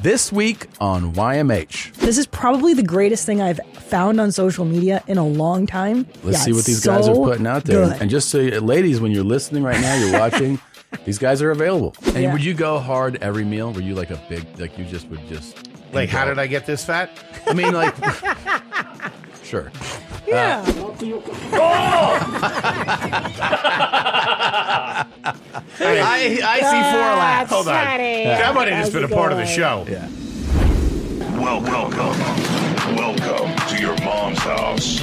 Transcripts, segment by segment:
This week on YMH. This is probably the greatest thing I've found on social media in a long time. Let's Yeah, see what it's these guys are so putting out there. good. And just so you, ladies, when you're listening right now, you're watching, these guys are available. And Yeah. would you go hard every meal? Were you like a big, like you just would just. Like, how did I get this fat? I mean, like. sure. I, I see four laps. Hold on. Daddy. That might have just been a part of the show. Welcome. Welcome to your mom's house.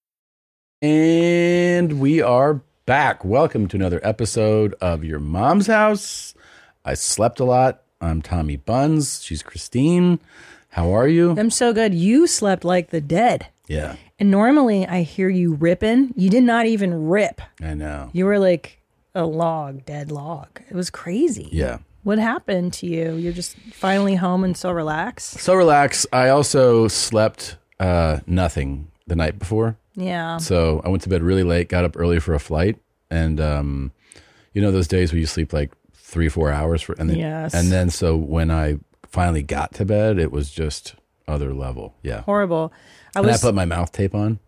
And we are back. Welcome to another episode of Your Mom's House. I slept a lot. I'm Tommy Buns. She's Christine. How are you? I'm so good. You slept like the dead. Yeah, And normally I hear you ripping. You did not even rip. I know. You were like a log, dead log. It was crazy. Yeah. What happened to you? You're just finally home and so relaxed. So relax. I also slept uh, nothing the night before. Yeah. So I went to bed really late, got up early for a flight. And, um, you know, those days where you sleep like three, four hours for, and then, Yes. and then, so when I finally got to bed, it was just other level. Yeah. Horrible. I And I was. put my mouth tape on.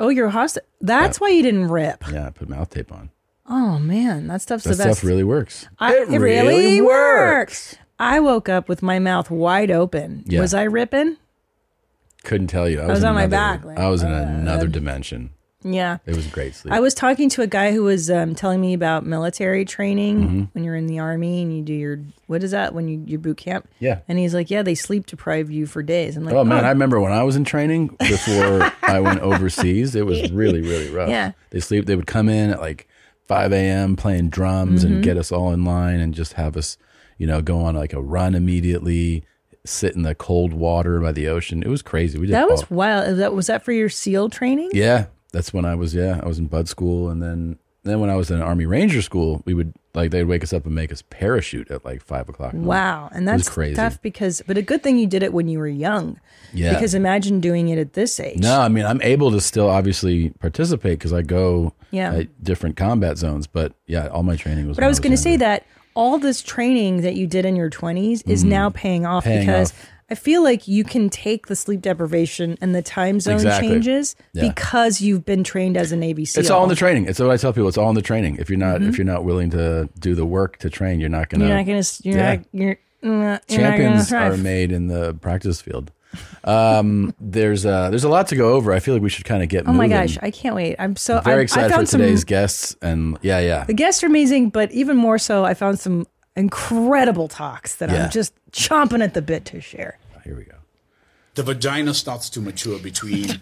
oh, you're hostile. That's why you didn't rip. Yeah, I put mouth tape on. Oh man, that stuff's That the best. stuff really works. I, it, really, works. I woke up with my mouth wide open. Yeah. Was I ripping? Couldn't tell you. I was, was in on my another- back, like, uh, I was in another dimension. Yeah. It was great sleep. I was talking to a guy who was um, telling me about military training Mm-hmm. when you're in the army and you do your what is that when you your boot camp? Yeah. And he's like, yeah, they sleep deprive you for days. I'm like, oh man, I remember when I was in training before I went overseas. It was really really rough. Yeah. They sleep. They would come in at like 5 a.m. playing drums Mm-hmm. and get us all in line and just have us, you know, go on like a run immediately. Sit in the cold water by the ocean. It was crazy. We did that all- was wild. Is That was that for your SEAL training? Yeah, that's when I was. Yeah, I was in Bud School, and then then when I was in Army Ranger School, we would like they'd wake us up and make us parachute at like five o'clock. in the morning. Wow, and It was that's crazy. tough because, but a good thing you did it when you were young. Yeah. Because imagine doing it at this age. No, I mean I'm able to still obviously participate because I go Yeah. at different combat zones. But yeah, all my training was. But I was going to say that all this training that you did in your 20s is now paying off Mm-hmm. Paying because off. I feel like you can take the sleep deprivation and the time zone Exactly. changes Yeah. because you've been trained as an ABC. It's all in the training. It's what I tell people. It's all in the training. If you're not if you're not willing to do the work to train, you're not going Mm-hmm. You're to. not going to. You're Yeah. not. You're, mm, you're not gonna champions thrive. are made in the practice field. Um, there's uh, there's a lot to go over. I feel like we should kind of get. Oh my moving. gosh, I can't wait! I'm so very I, I excited for found today's Some, guests and yeah yeah the guests are amazing, but even more so, I found some incredible talks that Yeah. I'm just chomping at the bit to share. here we go The vagina starts to mature between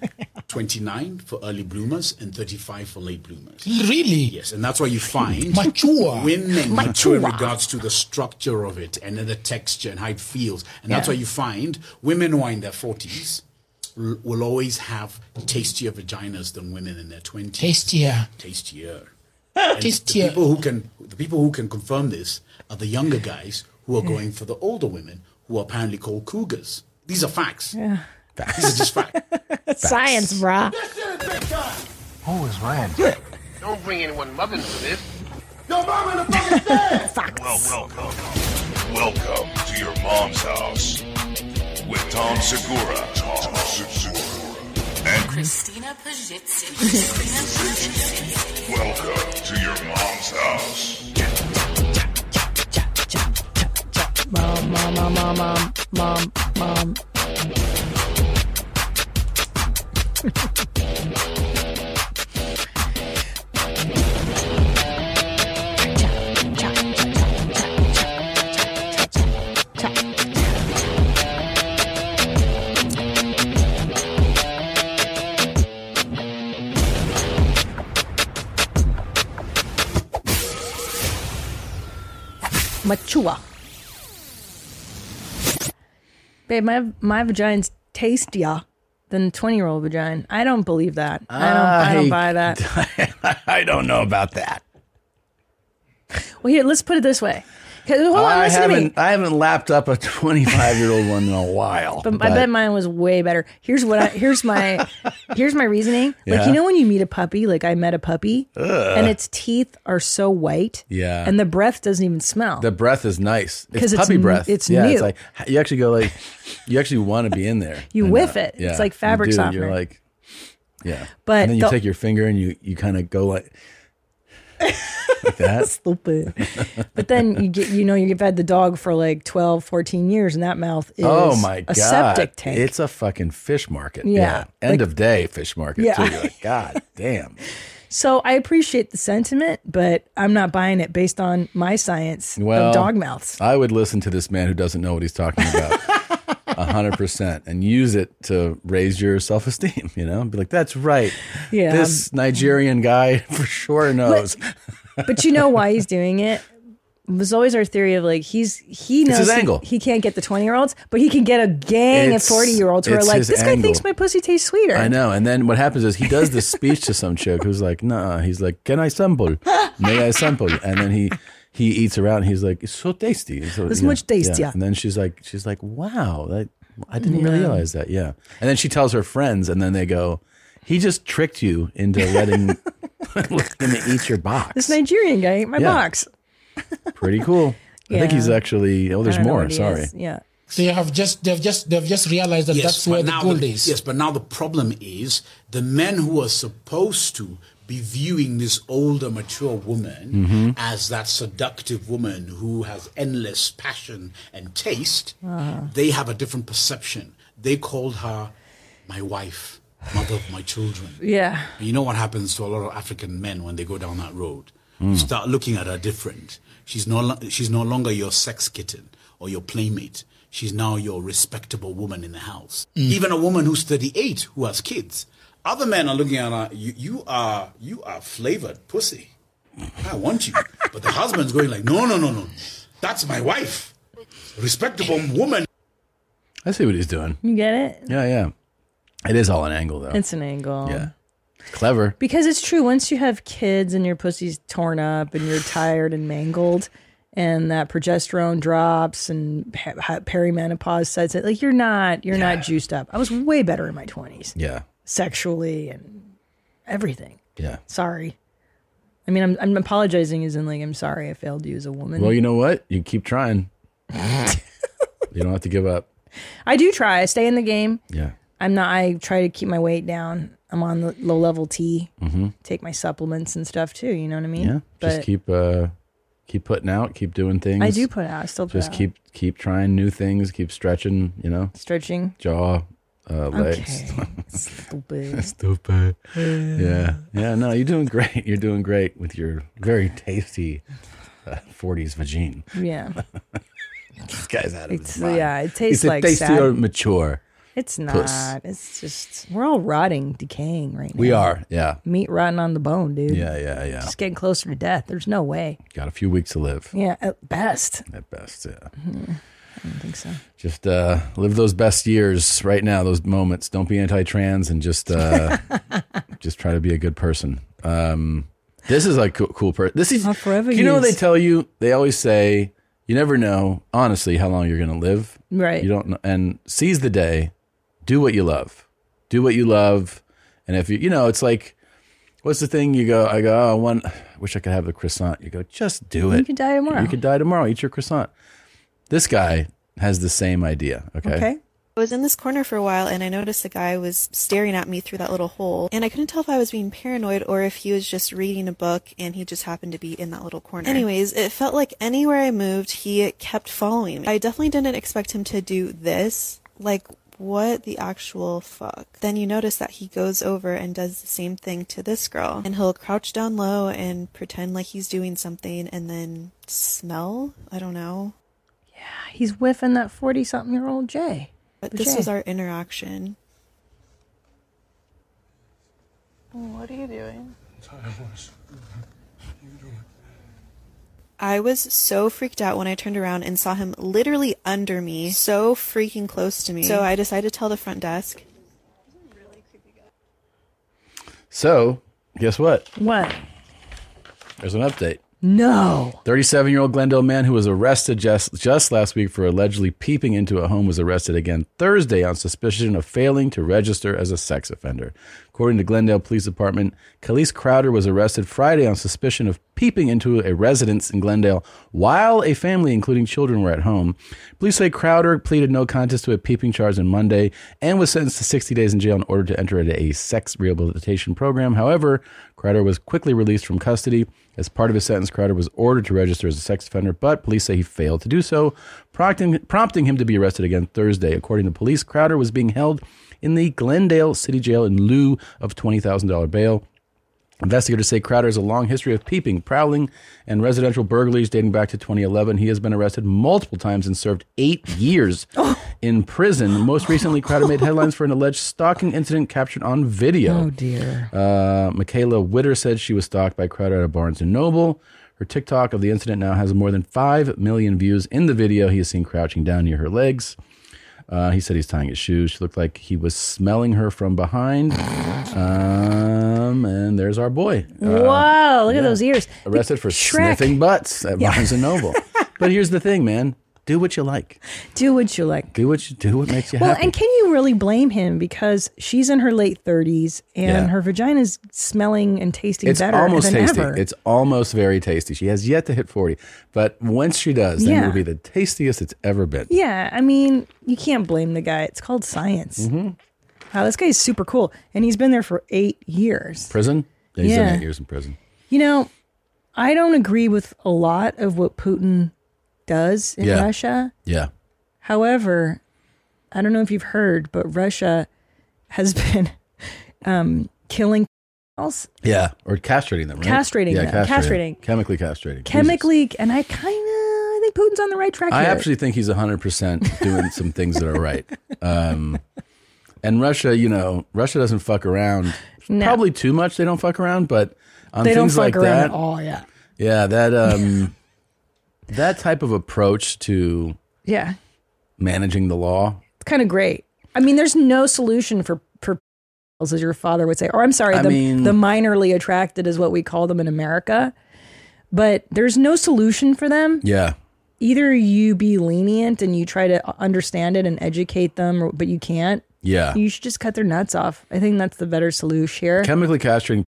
29 for early bloomers and 35 for late bloomers. Really? Yes, and that's why you find Mature. women mature in Mature. regards to the structure of it and then the texture and how it feels. And that's why you find women who are in their 40s l- will always have tastier vaginas than women in their 20s. Tastier. Tastier. And Tastier. The people who can the people who can confirm this are the younger guys who are going for the older women who are apparently called cougars. These are facts. These are just facts. Science, bruh. Don't bring anyone mother into this. Well, welcome. Welcome to your mom's house with Tom Segura. Tom Segura. And Christina Pajitsin. Christina Pajitsin. welcome to your mom's house. Mom, mom, mom, mom, mom, mom, mom. Machua. Babe, my my vagina's tastier than twenty year old vagina. I don't believe that. I don't. I, don't buy that. I don't know about that. Well, here, let's put it this way. 'Cause- Hold on, I listen Oh, to me. haven't I haven't lapped up a 25 year old one in a while. But, I bet mine was way better. Here's what I here's my here's my reasoning. Like you know when you meet a puppy, like I met a puppy, and its teeth are so white, Yeah. and the breath doesn't even smell. the breath is nice. 'Cause It's it's puppy n- breath. it's yeah, new. It's like you actually go like you actually want to be in there. You And, whiff it. It's like you fabric do, softener. You're like yeah. But and then you the- take your finger and you you kind of go like like that. Stupid. but then you get you know you've had the dog for like 12, 14 years, and that mouth is Oh my god! a septic tank. It's a fucking fish market. Yeah. End Like- of day fish market. Yeah. Too. You're like, god damn. so I appreciate the sentiment, but I'm not buying it based on my science Well, of dog mouths. I would listen to this man who doesn't know what he's talking about. a hundred percent, and use it to raise your self-esteem. You know, be like, "That's right. Yeah. This Nigerian guy for sure knows. but you know why he's doing it It was always our theory of like he's he knows his he- angle. He, can't get the 20 year olds but he can get a gang It's- of 40 year olds who are it's like his this guy angle. thinks my pussy tastes sweeter I know." And then what happens is he does this speech to some chick who's like, "Nah." He's like, "Can I sample? May I sample?" And then he. He eats around. And he's like, "It's so tasty. It's so, It's much tastier. And then she's like, "She's like, wow, that, I didn't realize that." Yeah. And then she tells her friends, and then they go, "He just tricked you into letting him eat your box." this Nigerian guy ate my Yeah. box Pretty cool. I think Yeah. he's actually. Oh, there's I don't know more. what he Sorry. is. yeah They have just they've just they've just realized that that's but where the now gold the- is. Yes, but now the problem is the men who are supposed to be viewing this older, mature woman as that seductive woman who has endless passion and taste, Ah. they have a different perception. They called her my wife, mother of my children. yeah And you know what happens to a lot of African men when they go down that road? You start looking at her different. She's no, lo- she's no longer your sex kitten or your playmate. She's now your respectable woman in the house. Even a woman who's 38 who has kids. Other men are looking at her, you, you, are, you are flavored pussy. I want you. But the husband's going like, no, no, no, no. That's my wife. Respectable woman. I see what he's doing. you get it Yeah, yeah. It is all an angle, though. it's an angle yeah. Clever. because it's true once you have kids and your pussy's torn up and you're tired and mangled and that progesterone drops and ha- ha- perimenopause sets it like you're not you're not juiced up i was way better in my 20s Yeah. sexually and everything. Yeah. Sorry. I mean, I'm, I'm apologizing as in like, I'm sorry I failed you as a woman. Well, you know what? You keep trying. you don't have to give up. I do try. I stay in the game. Yeah. I'm not, I try to keep my weight down. I'm on the low level tea, take my supplements and stuff too. You know what I mean? Mm-hmm. Yeah. But just keep uh keep putting out, keep doing things. I do put out, I still put just out. keep keep trying new things, keep stretching, you know, stretching. jaw, uh legs. Okay. Stupid. Stupid. Yeah. Yeah, no, you're doing great. You're doing great with your very tasty uh, 40s vagine. Yeah. This guy's out of It's, his mind. yeah. It Is tastes it like tasty sad. or mature? it's not. It's just, we're all rotting, decaying right now. We are. Yeah. Meat rotting on the bone, dude. Yeah, yeah, yeah. It's getting closer to death. There's no way. Got a few weeks to live Yeah, at best. at best. Yeah. I think so. Just uh, live those best years right now, those moments. Don't be anti trans and just uh, just try to be a good person. Um, this is a cool, cool person. This is Not forever You know what they years. tell you? They always say you never know, honestly, how long you're going to live. Right. You don't know, and seize the day. Do what you love. Do what you love. And if you, you know, it's like, what's the thing? You go, I go, oh, I want, I wish I could have the croissant. You go, just do it. You could die tomorrow. You could die tomorrow. Eat your croissant. This guy has the same idea. Okay. okay. I was in this corner for a while and I noticed the guy was staring at me through that little hole. And I couldn't tell if I was being paranoid or if he was just reading a book and he just happened to be in that little corner. Anyways, it felt like anywhere I moved, he kept following me. I definitely didn't expect him to do this. Like, what the actual fuck? Then you notice that he goes over and does the same thing to this girl. And he'll crouch down low and pretend like he's doing something and then smell? I don't know. He's whiffing that 40 something year old Jay. But this Okay. was our interaction. What are you doing? I was so freaked out when I turned around and saw him literally under me, so freaking close to me. So I decided to tell the front desk. So, guess what? What? There's an update. No. 37 year old Glendale man who was arrested just, just last week for allegedly peeping into a home was arrested again Thursday on suspicion of failing to register as a sex offender. According to Glendale Police Department, Khalees Crowder was arrested Friday on suspicion of peeping into a residence in Glendale while a family, including children, were at home. Police say Crowder pleaded no contest to a peeping charge on Monday and was sentenced to 60 days in jail in order to enter a sex rehabilitation program. However, Crowder was quickly released from custody. As part of his sentence, Crowder was ordered to register as a sex offender, but police say he failed to do so, prompting, prompting him to be arrested again Thursday. According to police, Crowder was being held in the Glendale City Jail in lieu of $20,000 bail. Investigators say Crowder has a long history of peeping, prowling, and residential burglaries dating back to 2011. He has been arrested multiple times and served eight years in prison. Most recently, Crowder made headlines for an alleged stalking incident captured on video. Oh dear. Uh, Michaela Witter said she was stalked by Crowder at a Barnes and Noble. Her TikTok of the incident now has more than 5 million views. In the video, he is seen crouching down near her legs. Uh, he said he's tying his shoes. She looked like he was smelling her from behind. Um, and there's our boy. Uh, Whoa! Look at those ears. arrested for Shrek. sniffing butts at Yeah. Barnes and Noble. but here's the thing, man. Do what you like. Do what you like. Do what you do what makes you Well, happy. and can you really blame him because she's in her late thirties and Yeah. her vagina's smelling and tasting it's better almost than tasty. ever? It's almost very tasty. She has yet to hit 40, but once she does, then it Yeah. will be the tastiest it's ever been. yeah, I mean, you can't blame the guy. It's called science. Mm-hmm. Wow, this guy's super cool, and he's been there for eight years. Prison? Yeah, he's done Yeah. eight years in prison. You know, I don't agree with a lot of what Putin does in Yeah. Russia. Yeah. However, I don't know if you've heard, but Russia has been um, killing cows, Yeah. Or castrating them, right? Castrating yeah, them. Castrating. Castrating. Chemically castrating. chemically, and I kind of I think Putin's on the right track. I here. actually think he's 100% doing some things that are right. Um, and Russia, you know, Russia doesn't fuck around. No. Probably too much they don't fuck around, but on they don't things fuck like around that, at all. Yeah, yeah, that um, that type of approach to yeah, it's managing the law. kind of great. I mean, there's no solution for for cows, as your father would say, or I'm sorry, I the, mean- the minorly attracted is what we call them in America. But there's no solution for them. Yeah, Either you be lenient and you try to understand it and educate them, or- but you can't. yeah. You should just cut their nuts off. I think that's the better solution here. Chemically castrating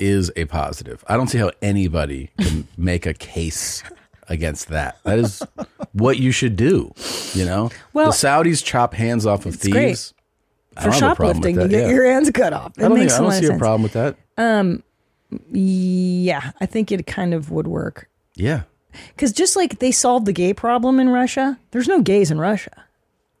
is a positive. I don't see how anybody can make a case against that. That is what you should do. You know, Well- the Saudis chop hands off of great. thieves I For don't have a problem with shoplifting, you that, get yeah. your hands cut off. It I don't, think, makes I a don't lot see of sense. a problem with that. Um, yeah, I think it kind of would work. Yeah, Because just like they solved the gay problem in Russia, there's no gays in Russia.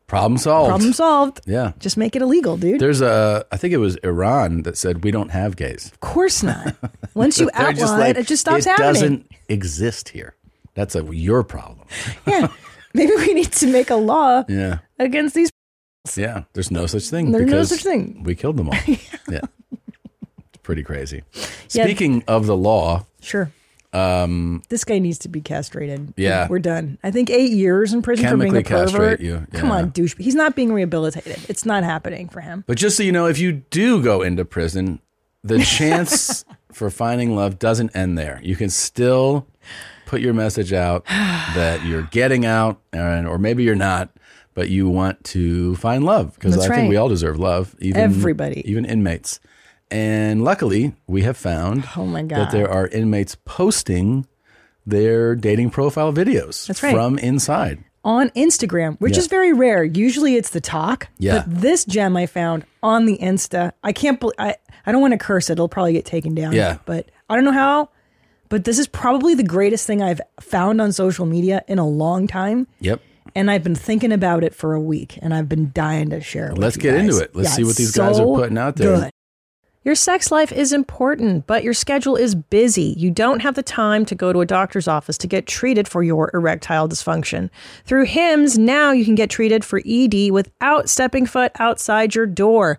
problem solved. Problem solved. Yeah, Just make it illegal, dude. there's a. I think it was Iran that said we don't have gays. of course not. Once you They're outlaw like, it, it just stops it happening. doesn't exist here. That's a your problem. Yeah. Maybe we need to make a law Yeah, against these. yeah. There's no such thing. There's no because such thing. We killed them all. yeah, it's pretty crazy. Yeah. Speaking of the law, Sure. um, This guy needs to be castrated. Yeah. We're done. I think eight years in prison for being a Chemically castrate pervert. you, Come yeah. on, douche. He's not being rehabilitated. It's not happening for him. but just so you know, if you do go into prison, the chance for finding love doesn't end there. You can still put your message out that you're getting out, and, or maybe you're not, but you want to find love because I That's think we right. all deserve love. Even Everybody. even inmates. And luckily, we have found Oh my God. that there are inmates posting their dating profile videos That's right. from inside. on Instagram, which Yeah. is very rare. Usually it's the talk. Yeah. But this gem I found on the Insta. I can't believe I, I don't want to curse it. It'll probably get taken down. Yeah. But I don't know how. But this is probably the greatest thing I've found on social media in a long time. Yep. And I've been thinking about it for a week and I've been dying to share it. with Let's you get guys. into it. Let's Yeah, see what these it's guys are so putting out there. good. Your sex life is important, but your schedule is busy. You don't have the time to go to a doctor's office to get treated for your erectile dysfunction. Through E HIMS, now you can get treated for ED without stepping foot outside your door.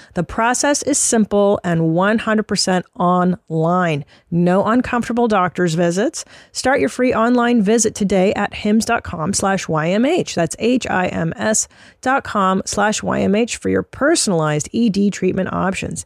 The process is simple and 100% online. No uncomfortable doctor's visits. Start your free online visit today at hims.com slash YMH. That's H-I-M-S dot com slash YMH for your personalized ED treatment options.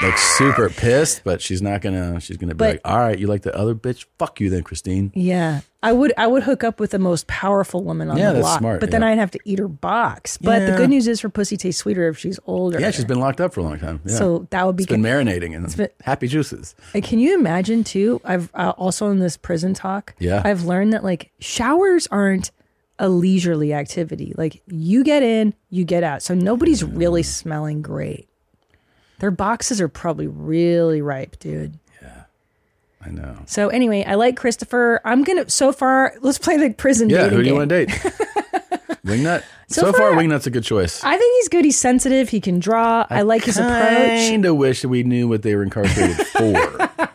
like super pissed, but she's not gonna. She's gonna be But- like, "All right, you like the other bitch? Fuck you, then, Christine." Yeah, I would I would hook up with the most powerful woman on Yeah, the that's block, smart, but then yeah. I'd have to eat her box. But the Yeah. good news is her pussy tastes sweeter if she's older. Yeah, she's been locked up for a long time. Yeah. So that would be It's been good. marinating in It's been- happy juices. And Can you imagine too? I've uh, also in this prison talk. Yeah. I've learned that like showers aren't a leisurely activity. Like you get in, you get out. So nobody's really smelling great. Their boxes are probably really ripe, dude. I know. So anyway, I like Christopher. I'm gonna so far. Let's play the prison. Yeah, dating who do you game. want to date? Wingnut. So So, far, far- Wingnut's a good choice. I think he's good. He's sensitive. He can draw. I, like his approach. Kind of wish that we knew what they were incarcerated for.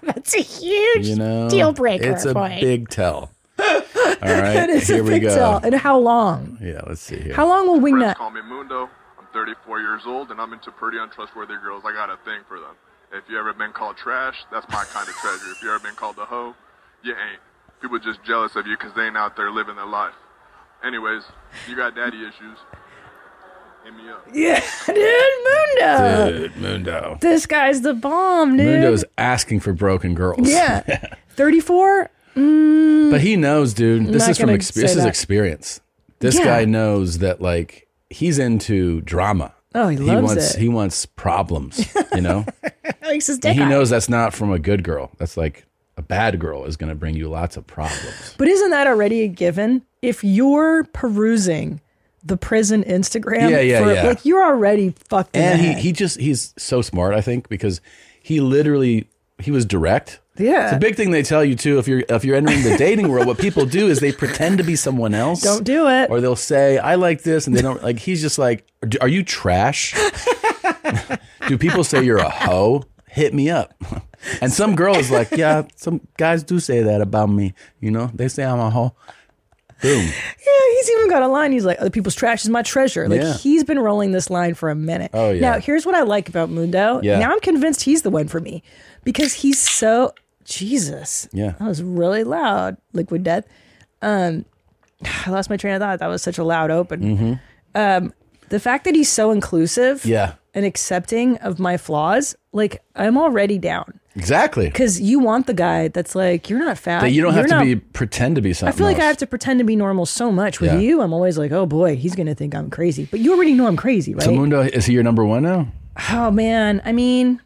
That's a huge you know, deal breaker. It's a for me. big tell. All right, That is here a we big go. tell. And how long? Yeah, let's see here. How long will Wingnut? Call me Mundo. I'm 34 years old and I'm into pretty untrustworthy girls. I got a thing for them. If you ever been called trash, that's my kind of treasure. If you ever been called a hoe, you ain't. People just jealous of you 'cause they ain't out there living their life. Anyways, you got daddy issues. Hit me up. Yeah, dude, Mundo. Dude, Mundo. This guy's the bomb, dude. Mundo's asking for broken girls. Yeah, thirty-four. Mm, But he knows, dude. I'm This not is from gonna exp- say this is that. experience. This Yeah. guy knows that like he's into drama. Oh, he loves wants it. he wants problems, you know? likes his and dick. he out. knows that's not from a good girl. That's like a bad girl is going to bring you lots of problems. But isn't that already a given? If you're perusing the prison Instagram, Yeah, yeah, for, yeah. like you're already fucked. in and the he head. he just he's so smart, I think, because he literally he was direct. Yeah. It's a big thing they tell you too if you're if you're entering the dating world, what people do is they pretend to be someone else. Don't do it. Or they'll say, "I like this," and they don't like. He's just like, "Are you trash? do people say you're a hoe? Hit me up." And some girl is like, "Yeah, some guys do say that about me. You know, they say I'm a hoe." Boom. Yeah, he's even got a line. He's like, "Other people's trash is my treasure." Like Yeah. he's been rolling this line for a minute. Oh, yeah. Now here's what I like about Mundo. Yeah. Now I'm convinced he's the one for me because he's so Jesus. Yeah. that was really loud. Liquid Death. Um, I lost my train of thought. That was such a loud open. hmm Um, the fact that he's so inclusive, Yeah. and accepting of my flaws, like I'm already down Exactly. because you want the guy that's like, "You're not fat. That you don't You're have to not be pretend to be I something. feel like I else. have to pretend to be normal so much with Yeah. you. I'm always like, oh boy, he's gonna think I'm crazy. But you already know I'm crazy, right? So Mundo is he your number one now? oh man, I mean,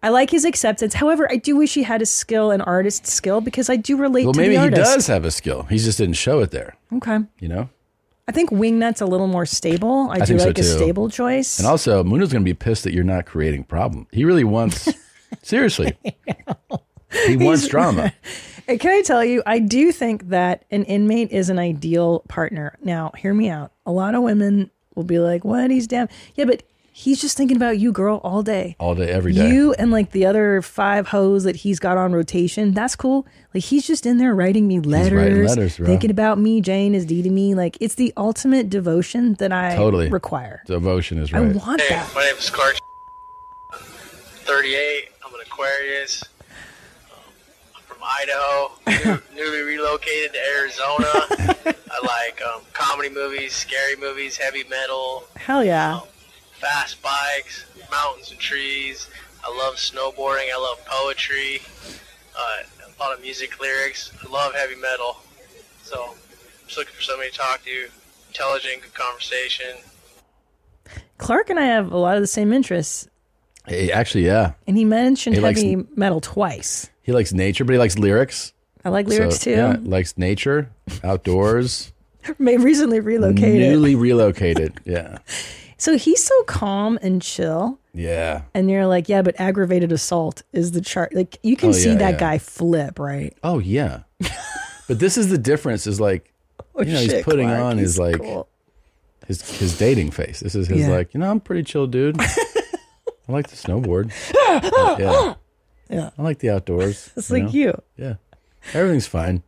I like his acceptance. However, I do wish he had a skill, an artist skill, because I do relate Well, to maybe the he artist. does have a skill. He just didn't show it there. Okay, You know. I think Wingnut's a little more stable. I, do think so, like a too. stable choice. And also, Mundo's going to be pissed that you're not creating problem. He really wants, seriously, he wants He's- drama. And Can I tell you, I do think that an inmate is an ideal partner. Now, hear me out. A lot of women will be like, what? He's damn. Yeah, but he's just thinking about you, girl, all day. All day, every day. You and like the other five hoes that he's got on rotation. That's cool. Like he's just in there writing me letters, writing letters, bro. thinking about me. Jane is D to me. Like it's the ultimate devotion that I totally require. Devotion is I right. want Hey, that. my name is Clark. 38. I'm an Aquarius. Um, I'm from Idaho. new- newly relocated to Arizona. I like um, comedy movies, scary movies, heavy metal, Hell yeah. fast bikes, mountains and trees. I love snowboarding. I love poetry. Uh, a lot of music lyrics. I love heavy metal. So, just looking for somebody to talk to. Intelligent, good conversation. Clark and I have a lot of the same interests. Hey, actually, yeah, And he mentioned He likes- heavy metal twice. he likes nature, but he likes lyrics. I like lyrics too. Yeah, likes nature, outdoors, May recently relocated. newly relocated. Yeah, So he's so calm and chill. yeah. And you're like, yeah, but aggravated assault is the chart. Like you can Oh, see yeah, that yeah. guy flip, right? Oh yeah. but this is the difference. Is like, Oh, you know, he's shit, putting Clark, on his he's like cool. his his dating face. This is his Yeah. like, you know, I'm pretty chill, dude. I like to snowboard. yeah. Yeah. I like the outdoors. It's like you. Yeah. Everything's fine.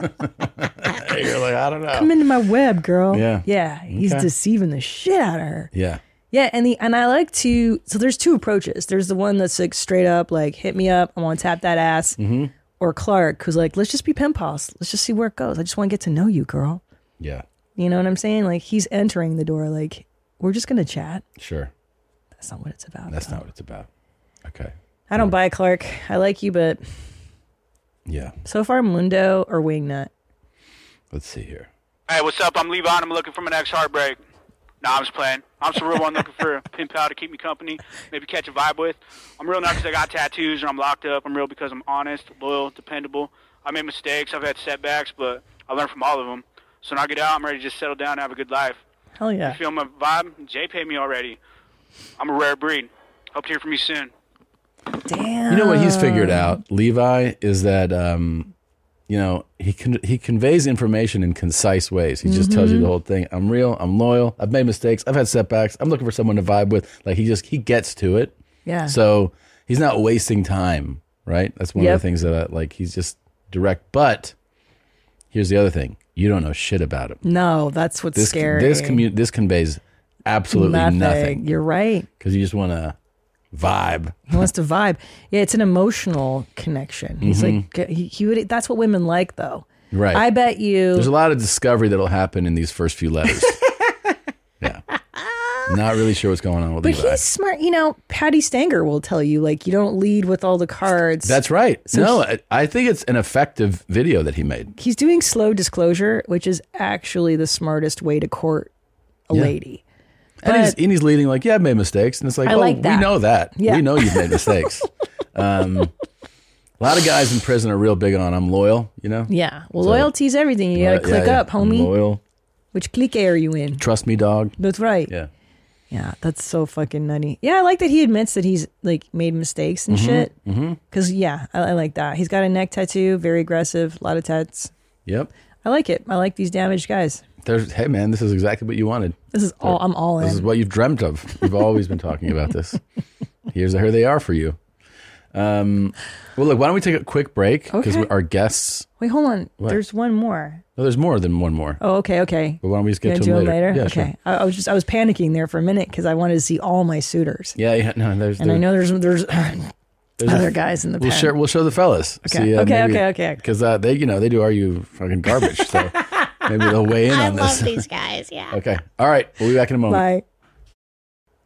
You're like, I don't know. Come into my web, girl. Yeah. Yeah. He's Okay. deceiving the shit out of her. yeah. Yeah, and the and I like to so there's two approaches. There's the one that's like straight up like hit me up, I want to tap that ass. Mhm. Or Clark who's like, let's just be pen pals. Let's just see where it goes. I just want to get to know you, girl. Yeah. You know what I'm saying? Like he's entering the door like we're just going to chat. Sure. That's not what it's about. That's not what it's about. Okay. I don't buy it, Clark. I like you, but Yeah. so far Mundo or Wingnut. Let's see here. Hey, what's up? I'm Levon. I'm looking for my next heartbreak. Nah, I'm just playing. I'm just a real one looking for a pen pal to keep me company, maybe catch a vibe with. I'm real not because I got tattoos or I'm locked up. I'm real because I'm honest, loyal, dependable. I made mistakes. I've had setbacks, but I learned from all of them. So when I get out, I'm ready to just settle down and have a good life. Hell yeah. You feel my vibe? Jay paid me already. I'm a rare breed. Hope to hear from you soon. Damn. You know what he's figured out, Levi, is that um, you know he con- he conveys information in concise ways. He just tells you Mhm. the whole thing. I'm real. I'm loyal. I've made mistakes. I've had setbacks. I'm looking for someone to vibe with. Like he just he gets to it. Yeah. So he's not wasting time. Right. That's one Yep. of the things that I, like he's just direct. But here's the other thing: you don't know shit about him. No, that's what's this scary. this commu- this conveys absolutely nothing You're right. because you just want to vibe. He wants to vibe. Yeah, it's an emotional connection. He's like he, he would. That's what women like, though. Mm-hmm. Right. I bet you. There's a lot of discovery that'll happen in these first few letters. yeah. Not really sure what's going on with but Levi. he's smart. You know, Patty Stanger will tell you like you don't lead with all the cards. That's right. So no, he- I, I think it's an effective video that he made. he's doing slow disclosure, which is actually the smartest way to court a Yeah. lady. And, he's, and he's leading like, yeah, I've made mistakes. And it's like, I oh, like we that. know that. Yeah. We know you've made mistakes. um, a lot of guys in prison are real big on I'm loyal, you know? Yeah. Well, So- loyalty's everything. You gotta Yeah, click yeah. up, homie. I'm loyal. Which clique are you in? Trust me, dog. That's right. Yeah. Yeah, that's so fucking nutty. Yeah, I like that he admits that he's like made mistakes and Mhm, shit. mhm. Cause yeah, I, I like that. He's got a neck tattoo, very aggressive, a lot of tats. Yep. I like it. I like these damaged guys. There's, hey, man, this is exactly what you wanted. This is all I'm all This is in. what you've dreamt of. You've always been talking about this. Here's here they are for you. Um, well, look, why don't we take a quick break because Okay. our guests. Wait, hold on. What? There's one more. No, there's more than one more. Oh, okay, okay. But why don't we just get Gonna to 'em do 'em later? Yeah, sure. okay. I, I was just I was panicking there for a minute because I wanted to see all my suitors. Yeah, yeah. No, there's. And I know there's there's there's other guys in the We'll pen. share. We'll show the fellas. Okay. Okay, okay, okay, okay. Because uh, they, you know, they do. Are you fucking garbage? So maybe they'll weigh in on this. guys. Yeah. okay. All right. We'll be back in a moment. Bye.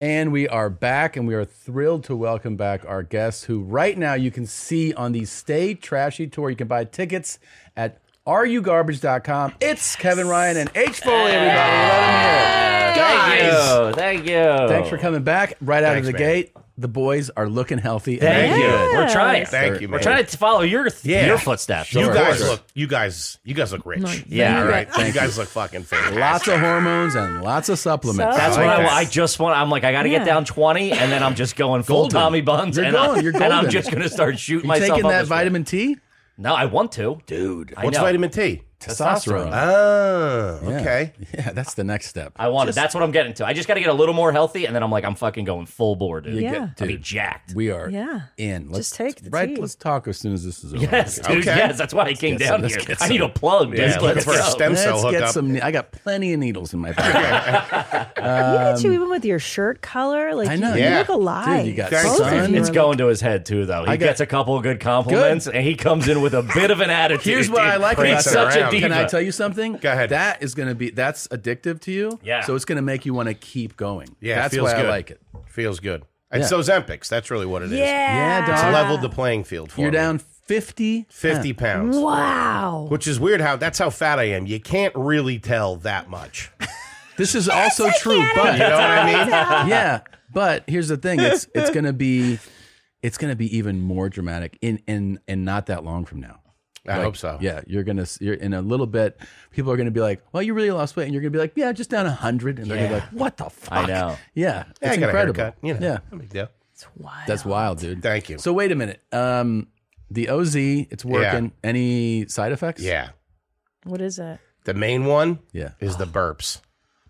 And we are back, and we are thrilled to welcome back our guests who, right now, you can see on the Stay Trashy Tour. You can buy tickets at rugarbage.com. It's Kevin Ryan and H. Foley, everybody. Let 'em hear it. Thank Guys! you. Thank you. Thanks for coming back right out of Thanks, the man. gate. the boys are looking healthy. and Thank looking you. good. We're trying. Thank you. We're trying to follow your Yeah. your footsteps. You of guys course. look- You guys, you guys look rich. Yeah, all you right. guys- You guys look fucking fantastic. Lots of hormones and lots of supplements. That's what I, want. I just want. I'm like, I got to Yeah. get down 20, and then I'm just going full Golden. Tommy Buns, You're and, I, going. You're and I'm golden. just going to start shooting You myself taking up. that as- vitamin T? no, I want to, dude. I What's know. vitamin T? Testosterone. Oh, Yeah. okay. Yeah, that's the next step. I want Just- it. That's what I'm getting to. I just got to get a little more healthy, and then I'm like, I'm fucking going full bore, dude. You get- Yeah. I'll be jacked. We are Yeah. in. Let's, Just take the right. tea. Let's talk as soon as this is over. Yes, dude. Yes, that's why I came down here. I need a plug, dude. Let's get some- let's Let's get Get some some, I got plenty of needles in my pocket. look at you, even with your shirt color. Like, I know. You, you Yeah. look alive. Dude, you got Both of sun. you It's are going to his head too, though. He I got- gets a couple of good compliments, and he comes in with a bit of an attitude. Here's what dude. I like He's about such that. a diva. Can I tell you something? Go ahead. That is going to be that's addictive to you. Yeah. So it's going to make you want to keep going. Yeah, it That's feels why good. I like it. Feels good. It's Yeah. Ozempics. That's really what it is. Yeah. Yeah, It's dog. leveled the playing field for You're me. down fifty. 50 pounds. Wow. Which is weird how that's how fat I am. You can't really tell that much. This is also true, but You know what I mean? yeah, but here's the thing: it's it's gonna be it's gonna be even more dramatic in in and not that long from now. I hope so. Yeah, you're gonna s- you're in a little bit. People are gonna be like, "Well, you really lost weight," and you're gonna be like, "Yeah, just down hundred," and they're gonna Yeah. be like, "What the fuck?" I know. Yeah, Yeah, it's I got a incredible. haircut, you know, yeah, no big deal. It's wild. That's wild, dude. Thank you. So wait a minute. Um, the OZ, it's Yeah. working. Any side effects? Yeah. What is it? The main one yeah. is the burps.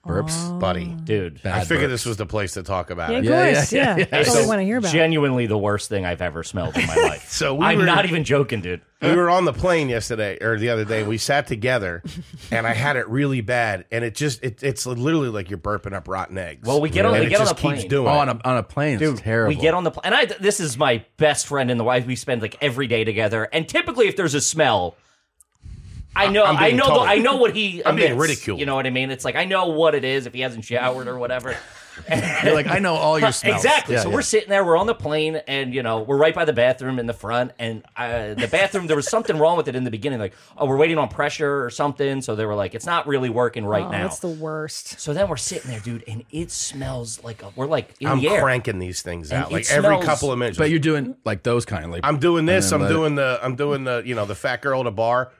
Burps? Oh. Buddy. Dude. I Bad figured burps. this was the place to talk about Yeah, it. of Yeah, course, yeah, yeah. yeah. That's all we wanna hear about. Genuinely the worst thing I've ever smelled in my life. So we I'm were- not even joking, dude. we were on the plane yesterday or the other day. We sat together, and I had it really bad, and it just it, it's literally like you're burping up rotten eggs. Well, we get on- and we it get on just the keeps plane. doing Oh, it. on a on a plane, it's terrible. We get on the plane, and I. This is my best friend in the wife. We spend like every day together, and typically, if there's a smell, I know, I'm I being know, told. the, I know what he. I'm being emits, ridiculed. You know what I mean? It's like I know what it is if he hasn't showered or whatever. You're like, I know all your smells. Exactly. Yeah, so yeah. we're sitting there, we're on the plane, and you know, we're right by the bathroom in the front, and uh, the bathroom there was something wrong with it in the beginning, like oh, we're waiting on pressure or something. So they were like, it's not really working right oh, now. That's the worst. So then we're sitting there, dude, and it smells like a, we're like in I'm the air. cranking these things And out it like every smells- couple of minutes. But you're doing like those kind of like I'm doing this. and I'm then let it- doing the. I'm doing the. You know, the fat girl at a bar.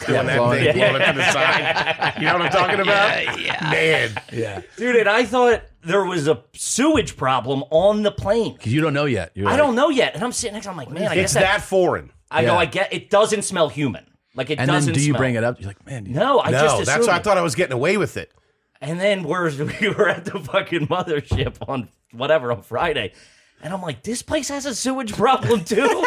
Doing Yeah, that blowing- thing, blowing it yeah. to the side. You know what I'm talking about? Man. Yeah. Dude, and I thought there was a sewage problem on the plane. 'Cause you don't know yet. You're I like- don't know yet. And I'm sitting next, I'm like, man, I guess it's that, foreign. I go, Yeah. I get it doesn't smell human. Like it And then doesn't do you smell. bring it up? You're like, man, you- No, I no, just that's assumed why I it. thought I was getting away with it. And then we're we were at the fucking mothership on whatever on Friday. And I'm like, this place has a sewage problem too.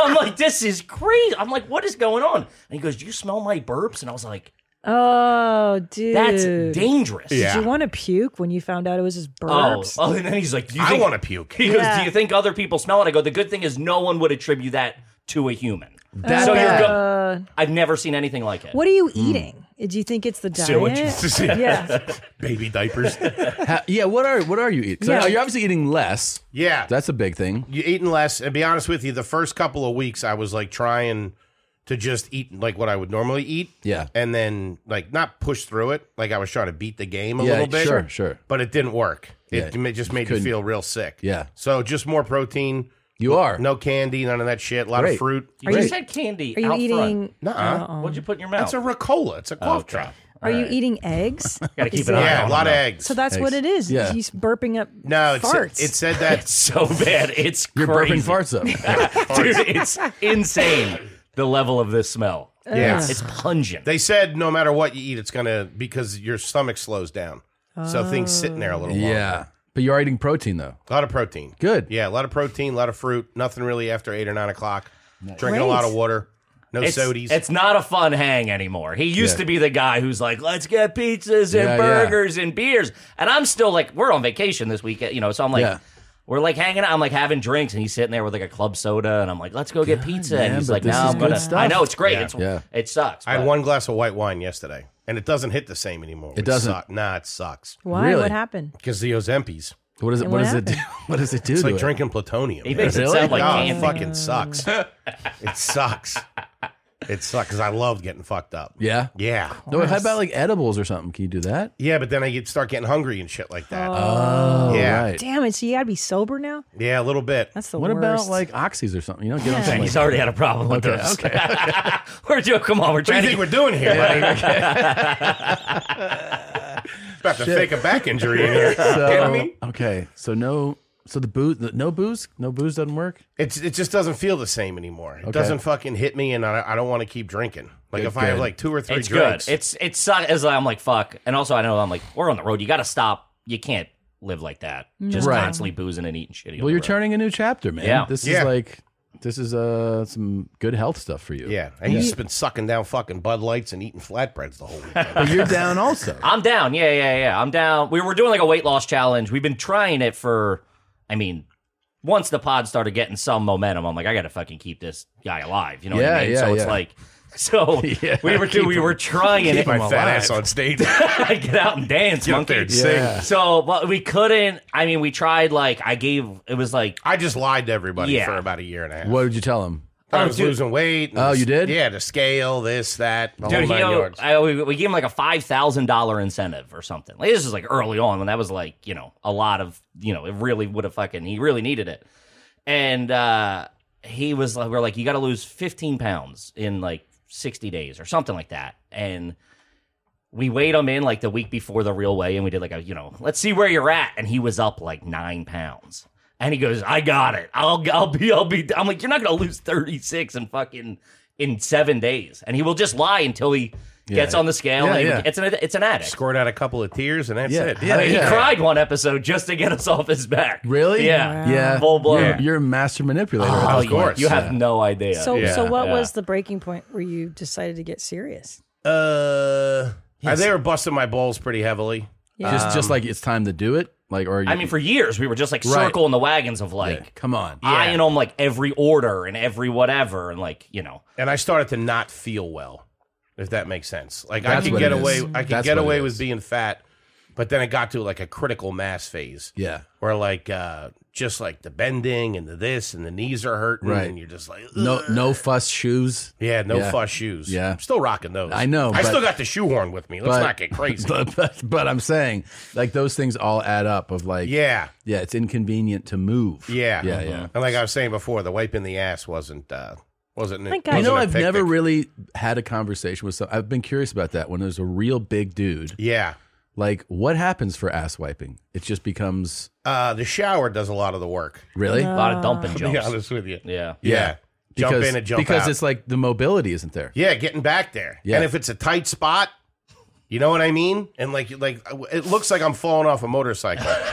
I'm like, this is crazy. I'm like, what is going on? And he goes, Do you smell my burps? And I was like, Oh, dude. That's dangerous. Yeah. Did you want to puke when you found out it was just Oh, burps? oh, and then he's like, Do you I think- want to puke. He goes, Yeah. "Do you think other people smell it?" I go, "The good thing is no one would attribute that to a human." That so bad. you're good. I've never seen anything like it. What are you eating? Uh, Do you think it's the diet? yeah. Baby diapers. Ha- yeah. What are what are you eating? 'Cause I Yeah. know You're obviously eating less. Yeah. That's a big thing. you eating less and be honest with you the first couple of weeks i was like trying to just eat like what i would normally eat Yeah. and then like not push through it like i was trying to beat the game a Yeah, little bit sure, sure. but it didn't work it Yeah, ma- just you made couldn't. me feel real sick Yeah. so just more protein you are no candy none of that shit a lot Great. of fruit You just had candy. Are you out eating- Front. Uh-uh. What'd you put in your mouth? That's a Ricola. It's a cough drop. Are you eating eggs? Gotta keep Is an it- eye Yeah, a lot of eggs. So that's Eggs. what it is. Yeah. He's burping up no it said, farts. it said that It's so bad. It's You're burping crazy. farts up. dude. It's insane the level of this smell. Yeah. it's pungent. they said no matter what you eat it's gonna because your stomach slows down so things sitting there a little longer. Oh. yeah. But you are eating protein though. A lot of protein. Good. Yeah, a lot of protein, a lot of fruit. Nothing really after eight or nine o'clock. Drinking Great. a lot of water. No it's, sodies. It's not a fun hang anymore. He used Yeah. to be the guy who's like, let's get pizzas and Yeah, yeah. burgers and beers. And I'm still like, we're on vacation this weekend, you know, so I'm like, Yeah. we're like hanging out. I'm like having drinks and he's sitting there with like a club soda and I'm like, let's go get pizza. and man, he's but like, this no, is I'm good going to. stuff. I know, it's great. Yeah. It's, Yeah. It sucks. I had but- one glass of white wine yesterday, and it doesn't hit the same anymore. It doesn't. suck- Nah, it sucks. Why? What happened? Because the Ozempies. What is it? And What what does it do? What does it do? It's to like it? drinking plutonium. He makes it sound like God, candy. it fucking sucks. it sucks. It sucked because I loved getting fucked up. Yeah. Yeah. No, how about like edibles or something? Can you do that? Yeah, but then I get start getting hungry and shit like that. Oh, yeah, right. Damn it! So you gotta be sober now. yeah, a little bit. That's the what worst. about like oxys or something? You know, get on Yeah. something. He's already had a problem with okay, those. Okay. we're doing. Come on, we're What do trying you to. think we're doing here? Yeah, buddy? About to Shit. fake a back injury in here. Kidding so, me? okay. So no. So the booze. the- No booze. No booze doesn't work. It's it just doesn't feel the same anymore. It Okay. doesn't fucking hit me, and I, I don't want to keep drinking. Like Good, if I have good. like two or three it's drinks, good. It's it's suck. As I'm like fuck, and also I know I'm like we're on the road. You got to stop. You can't live like that. Just Right. constantly boozing and eating shitty. Well, you're turning a new chapter, man. Yeah. This Yeah. is like this is uh some good health stuff for you. yeah, and you've just been sucking down fucking Bud Lights and eating flatbreads the whole weekend. But you're down also. I'm down. Yeah, yeah, yeah. I'm down. We were doing like a weight loss challenge. We've been trying it for. I mean, once the pod started getting some momentum, I'm like, I got to fucking keep this guy alive. You know Yeah, what I mean? yeah, so it's yeah. like. So we were Keep we him- were trying keep it. my fat ass on stage. Get out and dance, Get up monkey. there and sing. Yeah. So, but we couldn't. I mean, we tried. Like, I gave. It was like I just lied to everybody Yeah. for about a year and a half. What did you tell him? I was losing weight. and Oh, you s- did? Yeah, the scale, this, that, the Dude, whole he nine owe- yards. I, we, we gave him like a five thousand dollar incentive or something. Like this is like early on when that was like you know a lot of you know it really would have fucking he really needed it, and uh he was like we're like you got to lose fifteen pounds in like sixty days or something like that, and we weighed him in like the week before the real way, and we did like a you know let's see where you're at, and he was up like nine pounds. And he goes, I got it. I'll I'll be I'll be. I'm like, you're not gonna lose 36 and fucking in seven days. And he will just lie until he gets Yeah. on the scale. Yeah, and yeah. It's an it's an addict. Scored out a couple of tears, and that's Yeah. it. Yeah, I mean, yeah. He cried one episode just to get us off his back. Really? Yeah. Yeah. Full blown. You're, you're a master manipulator. at Oh, this you- point. You, have no idea. So so what was the breaking point where you decided to get serious? Uh, They were busting my balls pretty heavily. Yeah. Just just Um, like it's time to do it. Like or you, I mean, for years we were just like Right. circling the wagons of like, come on, eyeing on like every order and every whatever, and like you know, and I started to not feel well, if that makes sense. Like That's I could what get it is. away, I could That's get what it away is. with being fat, but then it got to like a critical mass phase. Yeah. where like uh, just like the bending and the this and the knees are hurting, Right. and you're just like no "Ugh." no fuss shoes. Yeah, no fuss shoes. Yeah. I'm still rocking those. I know, I but- still got the shoehorn with me. Let's But- not get crazy. But, but but I'm saying like those things all add up of like Yeah. yeah it's inconvenient to move yeah, Mm-hmm. yeah yeah. And like I was saying before, the wiping the ass wasn't uh, wasn't. Thank God. wasn't You know, a I've pick never that- really had a conversation with some. I've been curious about that. When there's a real big dude, Yeah. like what happens for ass wiping? It just becomes Uh, the shower does a lot of the work. really a lot of dumping To be jumps. honest with you. Yeah. Yeah. Jump Because- in and jump because out. it's like the mobility isn't there. Yeah, getting back there. Yeah. And if it's a tight spot, you know what I mean? And like like it looks like I'm falling off a motorcycle.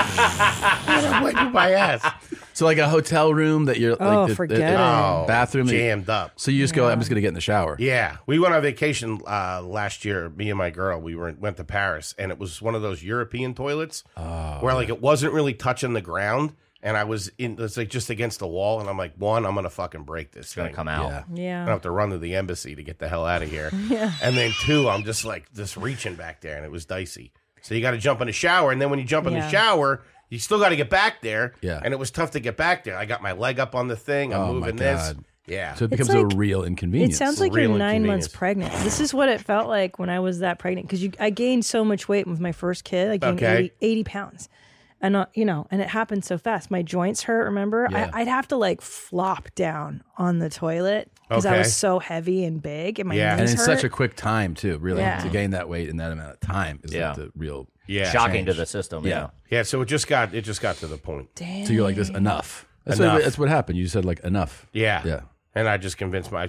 I'm wiping my ass. So like a hotel room that you're Oh, like the- the, forget the it. Oh, bathroom that you- jammed up. So you just go. I'm just gonna get in the shower. Yeah, we went on vacation uh, last year. Me and my girl, we were went to Paris, and it was one of those European toilets where like it wasn't really touching the ground, and I was in it's like just against the wall, and I'm like, one, I'm gonna fucking break this. It's gonna come out. Yeah. Yeah. I have to run to the embassy to get the hell out of here. Yeah. and then two, I'm just like just reaching back there, and it was dicey. So you got to jump in the shower, and then when you jump in Yeah. the shower. You still got to get back there, Yeah. And it was tough to get back there. I got my leg up on the thing. I'm Oh, my moving this, God. yeah. So it It's becomes like- a real It inconvenience. sounds like Real you're nine months inconvenience. pregnant. This is what it felt like when I was that pregnant because I gained so much weight with my first kid. I gained Okay. 80, 80 pounds. And, uh, you know, and it happened so fast. My joints hurt, remember? Yeah. I, I'd have to like flop down on the toilet because I Okay. was so heavy and big and my yeah, and knees in hurt. such a quick time too. Really, Yeah. to gain that weight in that amount of time is Yeah. like the real Yeah. Shocking to change. the system. Yeah. yeah. Yeah, so it just got it just got to the point. So you're like this enough. That's Enough. what that's what happened. You said like enough. Yeah. Yeah. And I just convinced my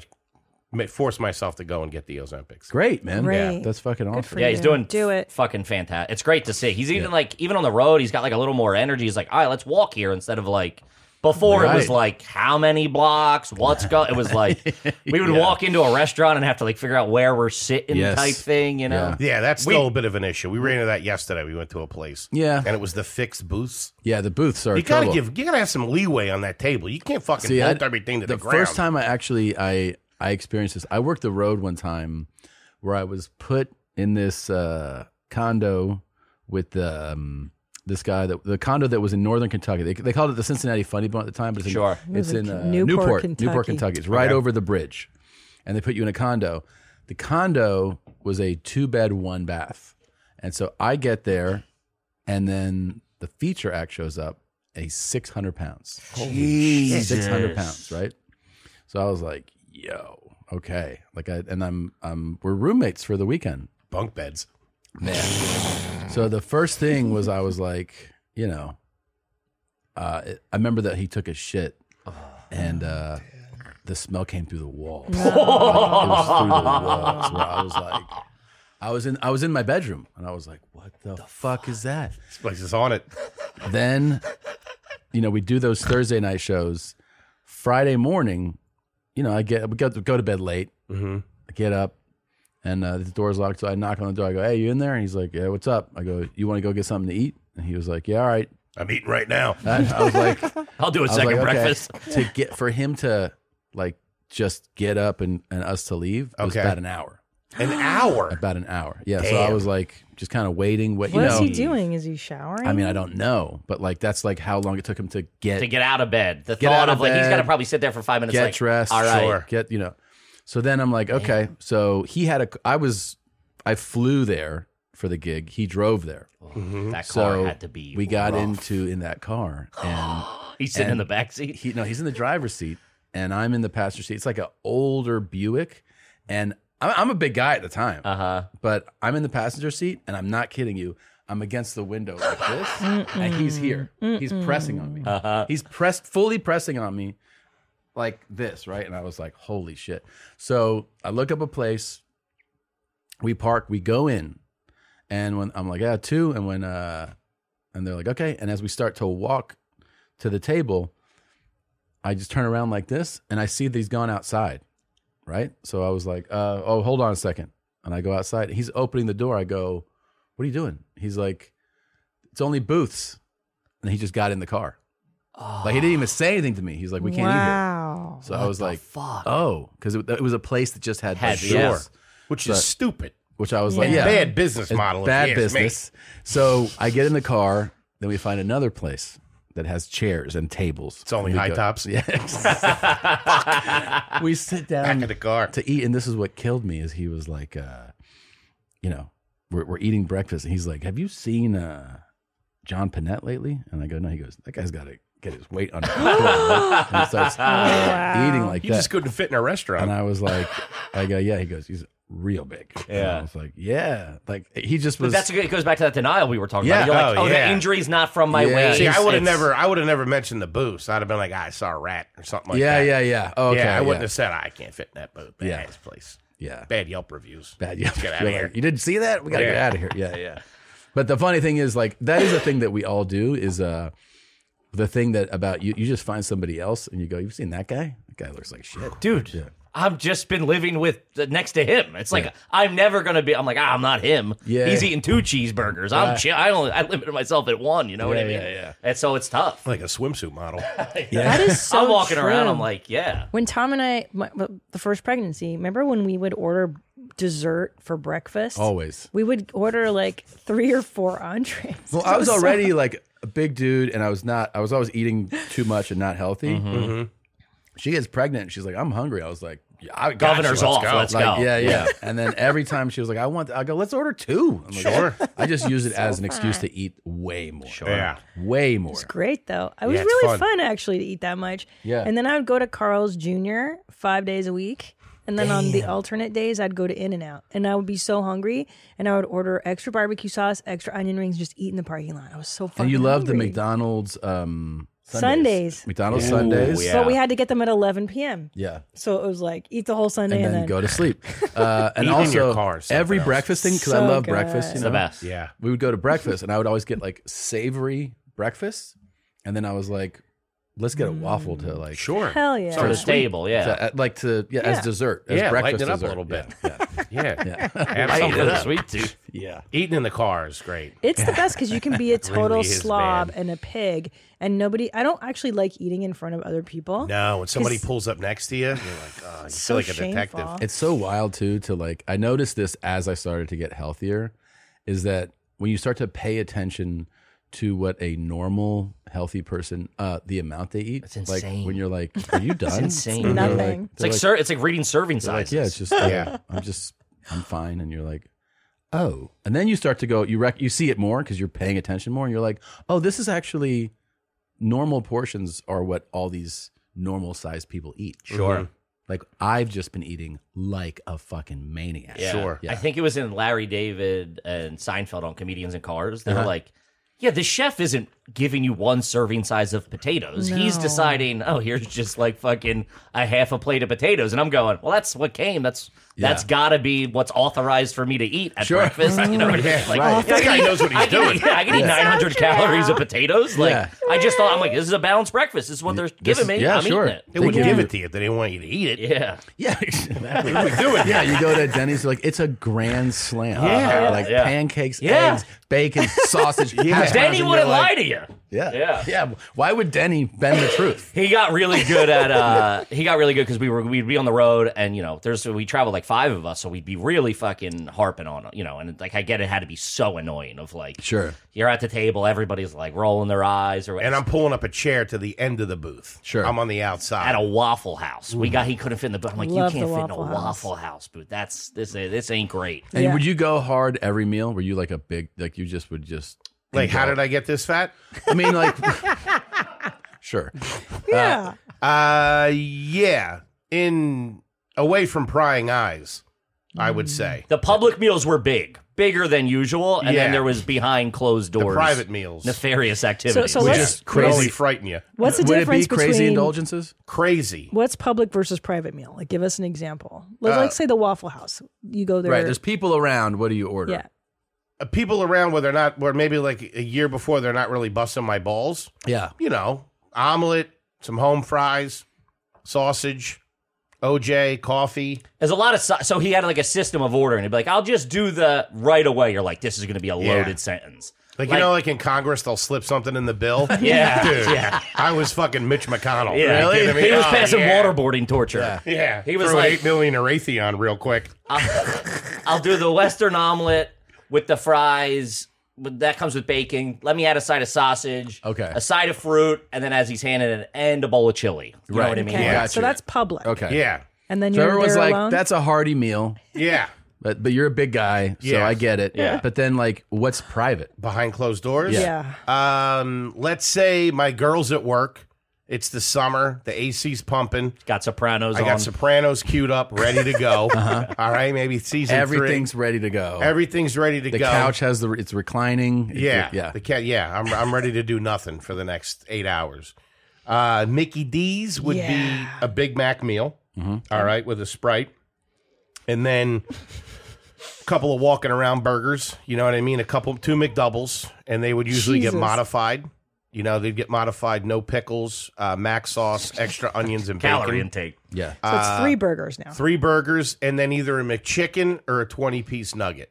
I forced myself to go and get the Ozempics. Great, man. Great. Yeah. That's fucking awesome. yeah, he's doing do it. fucking fantastic. It's great to see. He's even like even on the road, he's got like a little more energy. He's like, all right, let's walk here instead of like before it was Right. like how many blocks, what's go. It was like we would Yeah. walk into a restaurant and have to like figure out where we're sitting Yes. type thing. You know, Yeah, that's We- still a bit of an issue. We ran into that yesterday. We went to a place. Yeah. And it was the fixed booths. Yeah, the booths are You gotta trouble. give you gotta have some leeway on that table. You can't fucking See, I- bolt everything to the, the ground. first time I actually I I experienced this. I worked the road one time where I was put in this uh, condo with the. Um, this guy that the condo that was in northern Kentucky. They, they called it the Cincinnati Funny Bone at the time, but it's in, Sure. it's in uh, Newport, Newport, Newport, Kentucky. Kentucky. It's right Okay. over the bridge, and they put you in a condo. The condo was a two bed, one bath. And so I get there, and then the feature act shows up, a 600 pounds. Jesus. 600 pounds, right? So I was like, yo, okay. Like, I, and I'm, um, we're roommates for the weekend. Bunk beds. Man. so the first thing was I was like, you know, uh, it- I remember that he took a shit and, uh, the smell came through the wall. Like, it was through the walls where I was like, I was in I was in my bedroom and I was like, what the, fuck, is that? This place is on it. Then, you know, we do those Thursday night shows. Friday morning, you know, I get we go, go to bed late. Mhm. I get up and uh, the door's locked, so I knock on the door. I go, "Hey, you in there?" And he's like, "Yeah, what's up?" I go, "You want to go get something to eat?" And he was like, "Yeah, all right." I'm eating right now. I, I was like, I'll do a I was second like, okay. breakfast. to get for him to like just get up and, and us to leave was Okay. about an hour. An hour. About an hour. Yeah. So I Damn. was like just kind of waiting. What What is you know? he doing? Is he showering? I mean, I don't know, but like that's like how long it took him to get to get out of bed. The Get thought out of, of like he's got to bed, probably sit there for five minutes. get like, dressed, All right. sure, get you know. So then I'm like, okay. So he had a. I was, I flew there for the gig. He drove there. Mm-hmm. that so car had to be We got rough. into in that car, and He's sitting in and the back seat. He no, he's in the driver's seat, and I'm in the passenger seat. It's like an older Buick, and I'm, I'm a big guy at the time. Uh Uh-huh. huh. But I'm in the passenger seat, and I'm not kidding you. I'm against the window like this, and he's here. He's Mm-mm. pressing on me. Uh-huh. He's pressed, fully pressing on me, like this, right? And I was like, "Holy shit!" So I look up a place. We park. We go in, and when I'm like, "Yeah, two," and when uh, and they're like, "Okay," and as we start to walk to the table, I just turn around like this and I see that he's gone outside. Right. So I was like, uh, oh, hold on a second. And I go outside. He's opening the door. I go, what are you doing? He's like, it's only booths. And he just got in the car. Like he didn't even say anything to me. He's like, we can't Wow. eat here. So I What was the like, fuck? oh, because it, it was a place that just had, Had like, yeah. doors. Which is stupid. Which I was like, And yeah, bad business It's model if Bad you ask me. business. So I get in the car. Then we find another place that has chairs and tables. It's only high tops. Yeah. we sit down Back of the car to eat, and this is what killed me: is he was like, uh, you know, we're, we're eating breakfast, and he's like, "Have you seen uh, John Panette lately?" And I go, "No." He goes, "That guy's got to get his weight under control." and he starts Wow. eating like You that. just couldn't fit in a restaurant. And I was like, "I go, yeah." He goes, "He's real big." And Yeah. I was like, "Yeah." Like he just But was. that's a good- it goes back to that denial we were talking Yeah. about. You're like, Oh, oh, yeah. the injury's not from my weight. See, I would have It's- never, I would have never mentioned the booths. I'd have been like, "Ah, I saw a rat or something like Yeah, that. yeah, yeah. Oh, Okay, yeah, I wouldn't yeah. have said "Ah, I can't fit in that booth. Bad Yeah. ass place. Yeah. bad Yelp reviews. Bad Yelp. Get out of here. You didn't see that? We gotta get Yeah. out of here. Yeah, yeah. But the funny thing is, like, that is a thing that we all do. Is uh, the thing that about you, you just find somebody else and you go, "You've seen that guy? That guy looks like shit, dude." Yeah, I've just been living with the next to him. It's like Yeah. I'm never gonna be. I'm like ah, I'm not him. Yeah. he's eating two cheeseburgers. Yeah. I'm chi- I only I limited myself at one. You know what I Yeah, mean? yeah, yeah. And so it's tough. Like a swimsuit model. That is so I'm walking around. true. I'm like yeah. When Tom and I, my, my- the first pregnancy, remember when we would order dessert for breakfast? always." We would order like three or four entrees. Well, I was so- already like a big dude, and I was not. I was always eating too much and not healthy. Mhm. Mhm. She gets pregnant. And she's like, "I'm hungry." I was like, yeah, I got Governor's you. off. Let's Like, go. Yeah, yeah, Yeah. And then every time she was like, "I want," I go, "Let's order two. I'm like, Sure. I just use it as an excuse to eat way more. Sure. Yeah. Way more. It's great though. It was Yeah, it's really fun. fun. actually to eat that much. Yeah. And then I would go to Carl's Jr. five days a week. And then on the Damn. alternate days, I'd go to In and Out. And I would be so hungry. And I would order extra barbecue sauce, extra onion rings, just eat in the parking lot. I was so fucking And you love the hungry. McDonald's um, Sundays. McDonald's Yeah. Sundays. Ooh, But we had to get them at 11 p.m. Yeah. So it was like, eat the whole And Sunday then, and, go to sleep. Uh, and Eat in also, your car is something every else. breakfast thing, because I So love good. breakfast. You It's know? the best. Yeah. We would go to breakfast, and I would always get like savory breakfast. And then I was like, let's get a waffle to like. Sure. Hell yeah. For the table, yeah. To, uh, like to, yeah, Yeah. as dessert. As Yeah, breakfast lighten it up a dessert. little bit. Yeah. Yeah, yeah. Have Lighten something it up. up. Sweet tooth. Yeah, eating in the car is great. It's the best because you can be a It really total is, slob man. and a pig, and nobody. I don't actually like eating in front of other people. No, when somebody 'Cause- pulls up next to you, you're like, oh, you So feel like a detective. shameful. It's so wild too to like I noticed this as I started to get healthier is that when you start to pay attention to what a normal healthy person, uh, the amount they eat. It's Like insane. when you're like, are you done? It's insane. And they're Nothing. It's they're like ser- it's like reading serving they're like, sizes. yeah, it's just Yeah. yeah. I'm just I'm fine, and you're like, oh, and then you start to go. You rec- you see it more because you're paying attention more, and you're like, oh, this is actually normal portions are what all these normal sized people eat. Sure. Mhm. Like I've just been eating like a fucking maniac. Yeah. I think it was in Larry David and Seinfeld on Comedians in Cars. They were Uh-huh. like, yeah, the chef isn't giving you one serving size of potatoes. He's No. deciding, oh, here's just like fucking a half a plate of potatoes. And I'm going, well, that's what came. That's Yeah. that's got to be what's authorized for me to eat at Sure. breakfast. You know, what I mean? Yeah, like right. I That guy can eat- knows what he's I can doing. eat- yeah, I can eat Yeah. 900 calories of potatoes. Like Yeah. I just thought, I'm like, this is a balanced breakfast. This is what they're giving is- me. yeah, I'm sure. eating it. They wouldn't give it to you. They didn't want you to eat it. Yeah. Yeah. What are we doing? Yeah, you go to Denny's, like it's a grand slam. Uh, Yeah. like Yeah. pancakes, Yeah. eggs, bacon, sausage. hash browns, Denny and wouldn't you're like- lie to you. Yeah. Yeah. yeah. Why would Denny bend the truth? He got really good at uh he got really good because we were we'd be on the road and you know there's we traveled like five of us so we'd be really fucking harping on you know and like I get it had to be so annoying of like Sure. you're at the table everybody's like rolling their eyes or And I'm pulling up a chair to the end of the booth. Sure. I'm on the outside. at a Waffle House we got he couldn't fit in the booth I'm like Love you can't the fit in a Waffle House. Waffle House booth that's this this ain't great And would you go hard every meal? Were you like a big like you just would just Like, how did I get this fat? I mean, like, sure. Yeah. Uh, yeah. In away from prying eyes, I would say. the public meals were big bigger than usual and Yeah. then there was behind closed doors private meals. nefarious So- activities so Which let's- is crazy. Really frighten you What's the Would it be difference crazy between- indulgences? Crazy. What's public versus private meal? Like, give us an example. Let, Uh, us say the Waffle House. You go there. Right. There's people around. What do you order? yeah. Uh, people around where they're not, where maybe like a year before they're not really busting my balls. Yeah. You know, omelet, some home fries, sausage, OJ, coffee. There's a lot of si- so he had like a system of ordering. He'd be like, "I'll just do the right away." You're like, "This is going to be a Yeah. loaded sentence." Like, you know, like in Congress, they'll slip something in the bill. Yeah. Dude, Yeah. I was fucking Mitch McConnell. Yeah. Are you kidding me? He was Oh, passing yeah. waterboarding torture. Yeah. Yeah. he was Threw an like, eight million to Raytheon real quick. "I'll do the Western omelet with the fries." But that comes with bacon. Let me add a side of sausage, Okay. a side of fruit, and then as he's handed it, and a bowl of chili. You know Right. what I mean? Okay. Yeah. So that's public. Okay. And then so you're everyone's there like, alone? "That's a hearty meal." Yeah. But but you're a big guy, so Yeah. I get it. Yeah. But then like, what's private? behind closed doors. Yeah. Um, let's say my girl's at work. It's the summer. The AC's pumping. Got Sopranos. I got on. Sopranos queued up, ready to go. Uh-huh. All right, maybe season Everything's three. ready to go. Everything's ready to the go. couch has the it's reclining. It's- Yeah, yeah. The cat. Yeah, I'm I'm ready to do nothing for the next eight hours. Uh, Mickey D's would Yeah. be a Big Mac meal. Mhm. all right, with a sprite, and then a couple of walking around burgers. You know what I mean? A couple, two McDoubles, and they would usually Jesus. get modified. You know, they'd get modified, no pickles, uh, mac sauce, extra onions and Calorie bacon. intake. Yeah. So it's three burgers now. Three burgers, and then either a McChicken or a twenty-piece nugget.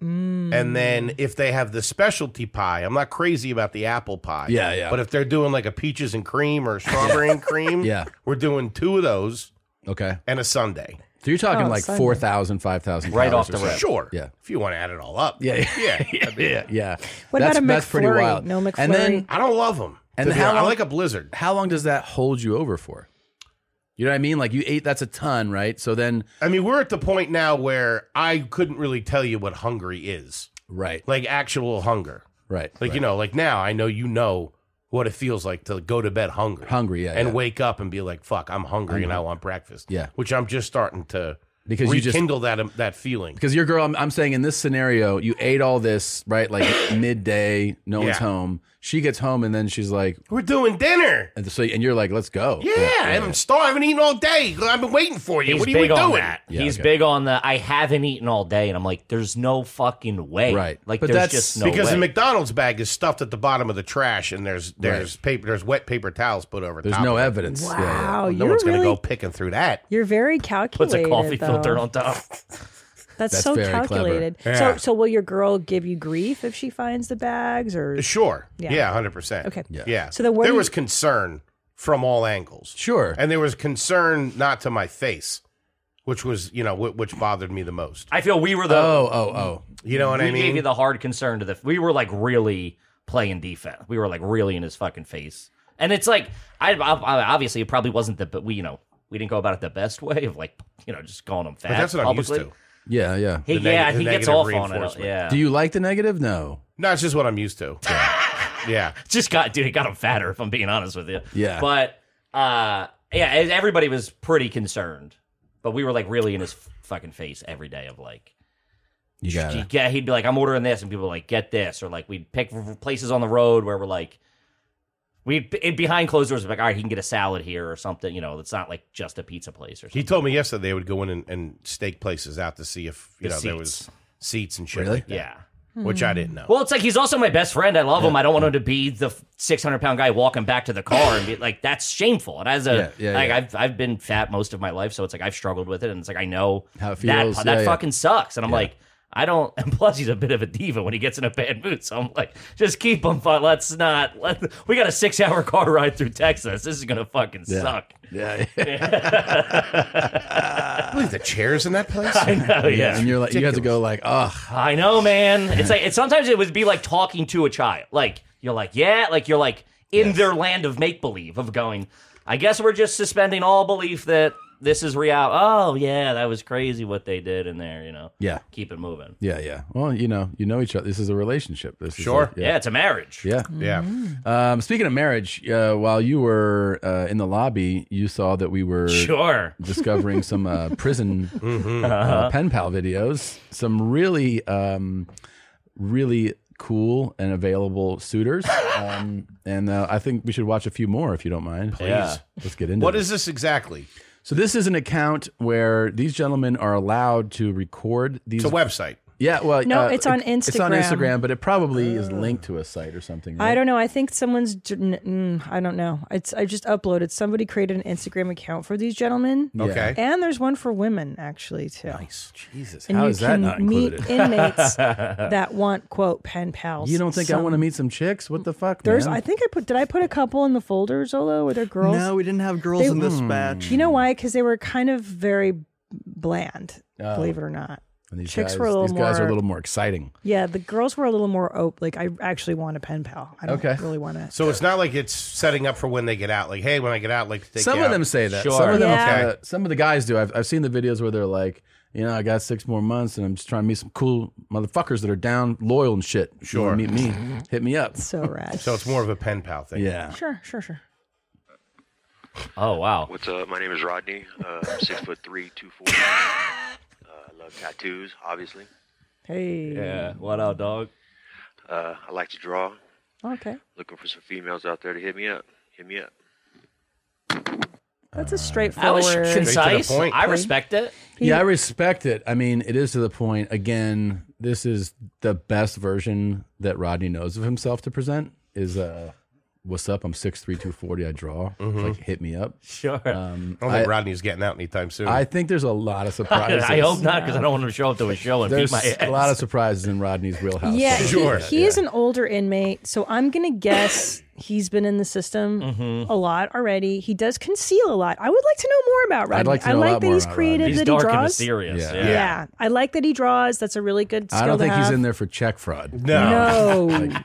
And then if they have the specialty pie, I'm not crazy about the apple pie. Yeah, yeah. But if they're doing like a peaches and cream or a strawberry and cream, Yeah. we're doing two of those Okay. and a Sunday. So you're talking Oh, like Sunday. four thousand, five thousand, Right off the rip. Sure. Yeah. If you want to add it all up. Yeah, Yeah. yeah. Yeah. Yeah. What that's, about a that's pretty McFlurry? wild. No And McFlurry? then I don't love them. And how I long- like a blizzard. how long does that hold you over for? You know what I mean? Like you ate that's a ton, right? So then I mean, we're at the point now where I couldn't really tell you what hungry is. Right. Like actual hunger. Right. Like, you know, like now I know you know what it feels like to go to bed hungry. Hungry, yeah, And yeah. wake up and be like, fuck, I'm hungry and I want breakfast. Yeah. Which I'm just starting to Because you just- rekindle that um, that feeling. Because your girl, I'm, I'm saying in this scenario, you ate all this, right? Like midday, no one's Yeah. home. She gets home and then she's like, We're doing dinner. and so and you're like, let's go. Yeah, I haven't starved. I haven't eaten all day. I've been waiting for you. He's what are you big doing? on that. Yeah, He's okay. big on the. I haven't eaten all day, and I'm like, there's no fucking way. Right. Like, But there's that's- just no because way. the McDonald's bag is stuffed at the bottom of the trash, and there's there's paper, there's wet paper towels put over. There's top no of it. evidence. Yeah, yeah. Wow, no Oh, you're one's gonna go really- picking through that. You're very calculated. though. top. That's, That's so very clever. calculated. Yeah. So, so will your girl give you grief if she finds the bags, or Sure. Yeah. Yeah, hundred percent. Okay. Yeah. Yeah. So So then where there do you- was concern from all angles. Sure. And there was concern not to my face, which was you know wh- which bothered me the most. I feel we were the. Oh, oh, oh. You know what we I mean? gave you the hard concern to the. We were like really playing defense. We were like really in his fucking face. And it's like I, I- I- obviously it probably wasn't the but we you know we didn't go about it the best way of like you know just calling him fat. But that's what I'm used publicly. to. Yeah, yeah. He- The neg- yeah, the he gets negative off on it, reinforcement. yeah. Do you like the negative? No. No, it's just what I'm used to. yeah. just got dude, it got him fatter. If I'm being honest with you. Yeah. But uh, yeah, e- everybody was pretty concerned, but we were like really in his f- fucking face every day of like. You Yeah, got He'd, it. get, he'd be like, I'm ordering this, and people were like, get this, or like we'd pick places on the road where we're like, we would behind closed doors, we'd be like, all right, he can get a salad here or something. You know, it's not like just a pizza place or something. He told me yesterday they would go in and, and stake places out to see if you The know there seats. was seats and shit. Really? like that, Yeah. Hmm. Which I didn't know. Well, it's like he's also my best friend. I love him. I don't want him to be the 600 pound guy walking back to the car and be like, that's shameful. And as a, Yeah, yeah, like, yeah. I've, I've been fat most of my life. So it's like, I've struggled with it. And it's like, I know How it that, feels. that Yeah, yeah. fucking sucks. And I'm like, I don't, and plus he's a bit of a diva when he gets in a bad mood. So I'm like, just keep him fun. Let's not, let, we got a six hour car ride through Texas. This is going to fucking Yeah. suck. Yeah. I believe the chairs in that place. I know, yeah. And you're like, you guys to go like, ugh. I know, man. It's like it's sometimes it would be like talking to a child. Like you're like, yeah, like you're like in their land of make believe of going. I guess we're just suspending all belief that this is reality. Oh yeah, that was crazy what they did in there. You know. Yeah. Keep it moving. Yeah, yeah. Well, you know, you know each other. This is a relationship. This Sure. Is like- Yeah, it's a marriage. Yeah, Yeah. Hmm. Um, speaking of marriage, uh, while you were uh, in the lobby, you saw that we were Sure. discovering some uh, prison uh, Uh-huh. pen pal videos. Some really, um, really cool and available suitors. Um, and uh, I think we should watch a few more if you don't mind. Please. Yeah. Let's get into What it. is this exactly? So this is an account where these gentlemen are allowed to record these. It's a website. Yeah, well, No, it's on it- It's on Instagram. Instagram, but it probably is linked to a site or something. Right? I don't know. I think someone's. j- n- mm, I don't know. It's. I just uploaded. Somebody created an Instagram account for these gentlemen. Yeah. Okay. And there's one for women actually too. Nice. Jesus, And how you is that can not meet included? inmates that want quote pen pals. You don't think I Some- want to meet some chicks? What the fuck, There's. man? I think I put. Did I put a couple in the folder, Zolo? Were there girls? No, we didn't have girls in this batch. You know why? Because they were kind of very bland. Oh. Believe it or not. And these Chicks guys, were a little these more. guys are a little more exciting. Yeah, the girls were a little more open. Like I actually want a pen pal. I don't Okay. really want to. So it's not like it's setting up for when they get out. Like, hey, when I get out, like to take some you of out. them say that. Some of them, Yeah. uh, some of the guys do. I've, I've seen the videos where they're like, you know, I got six more months, and I'm just trying to meet some cool motherfuckers that are down, loyal, and shit. You wanna Sure. meet me, hit me up. So rad. So it's more of a pen pal thing. Yeah. Sure, sure, sure. Oh wow. What's up? My name is Rodney. Uh, I'm six foot three, two forty. Uh, I love tattoos, obviously. Hey. Yeah. What up, dog? Uh, I like to draw. Okay. Looking for some females out there to hit me up. Hit me up. Uh, That's a That straightforward. was concise. point. I respect it. yeah, I respect it. I mean, it is to the point. Again, this is the best version that Rodney knows of himself to present. Is uh, what's up? I'm six three two forty. I draw. It's Mhm. Like hit me up. Mm-hmm. Sure. Um, I don't think I- Rodney's getting out anytime soon. I think there's a lot of surprises. I hope not because I don't want him to show up to a show and beat There's my a ass. lot of surprises in Rodney's wheelhouse. Yeah, So- he- He, is an older inmate, so I'm gonna guess he's been in the system Mhm. a lot already. He does conceal a lot. I would like to know more about Rodney. I'd like to know a I like lot that more he's about creative. Rodney. That He's he dark draws. and mysterious, Yeah. Yeah. I like that he draws. That's a really good. Skill I don't to think have. he's in there for check fraud. No. No. uh-uh.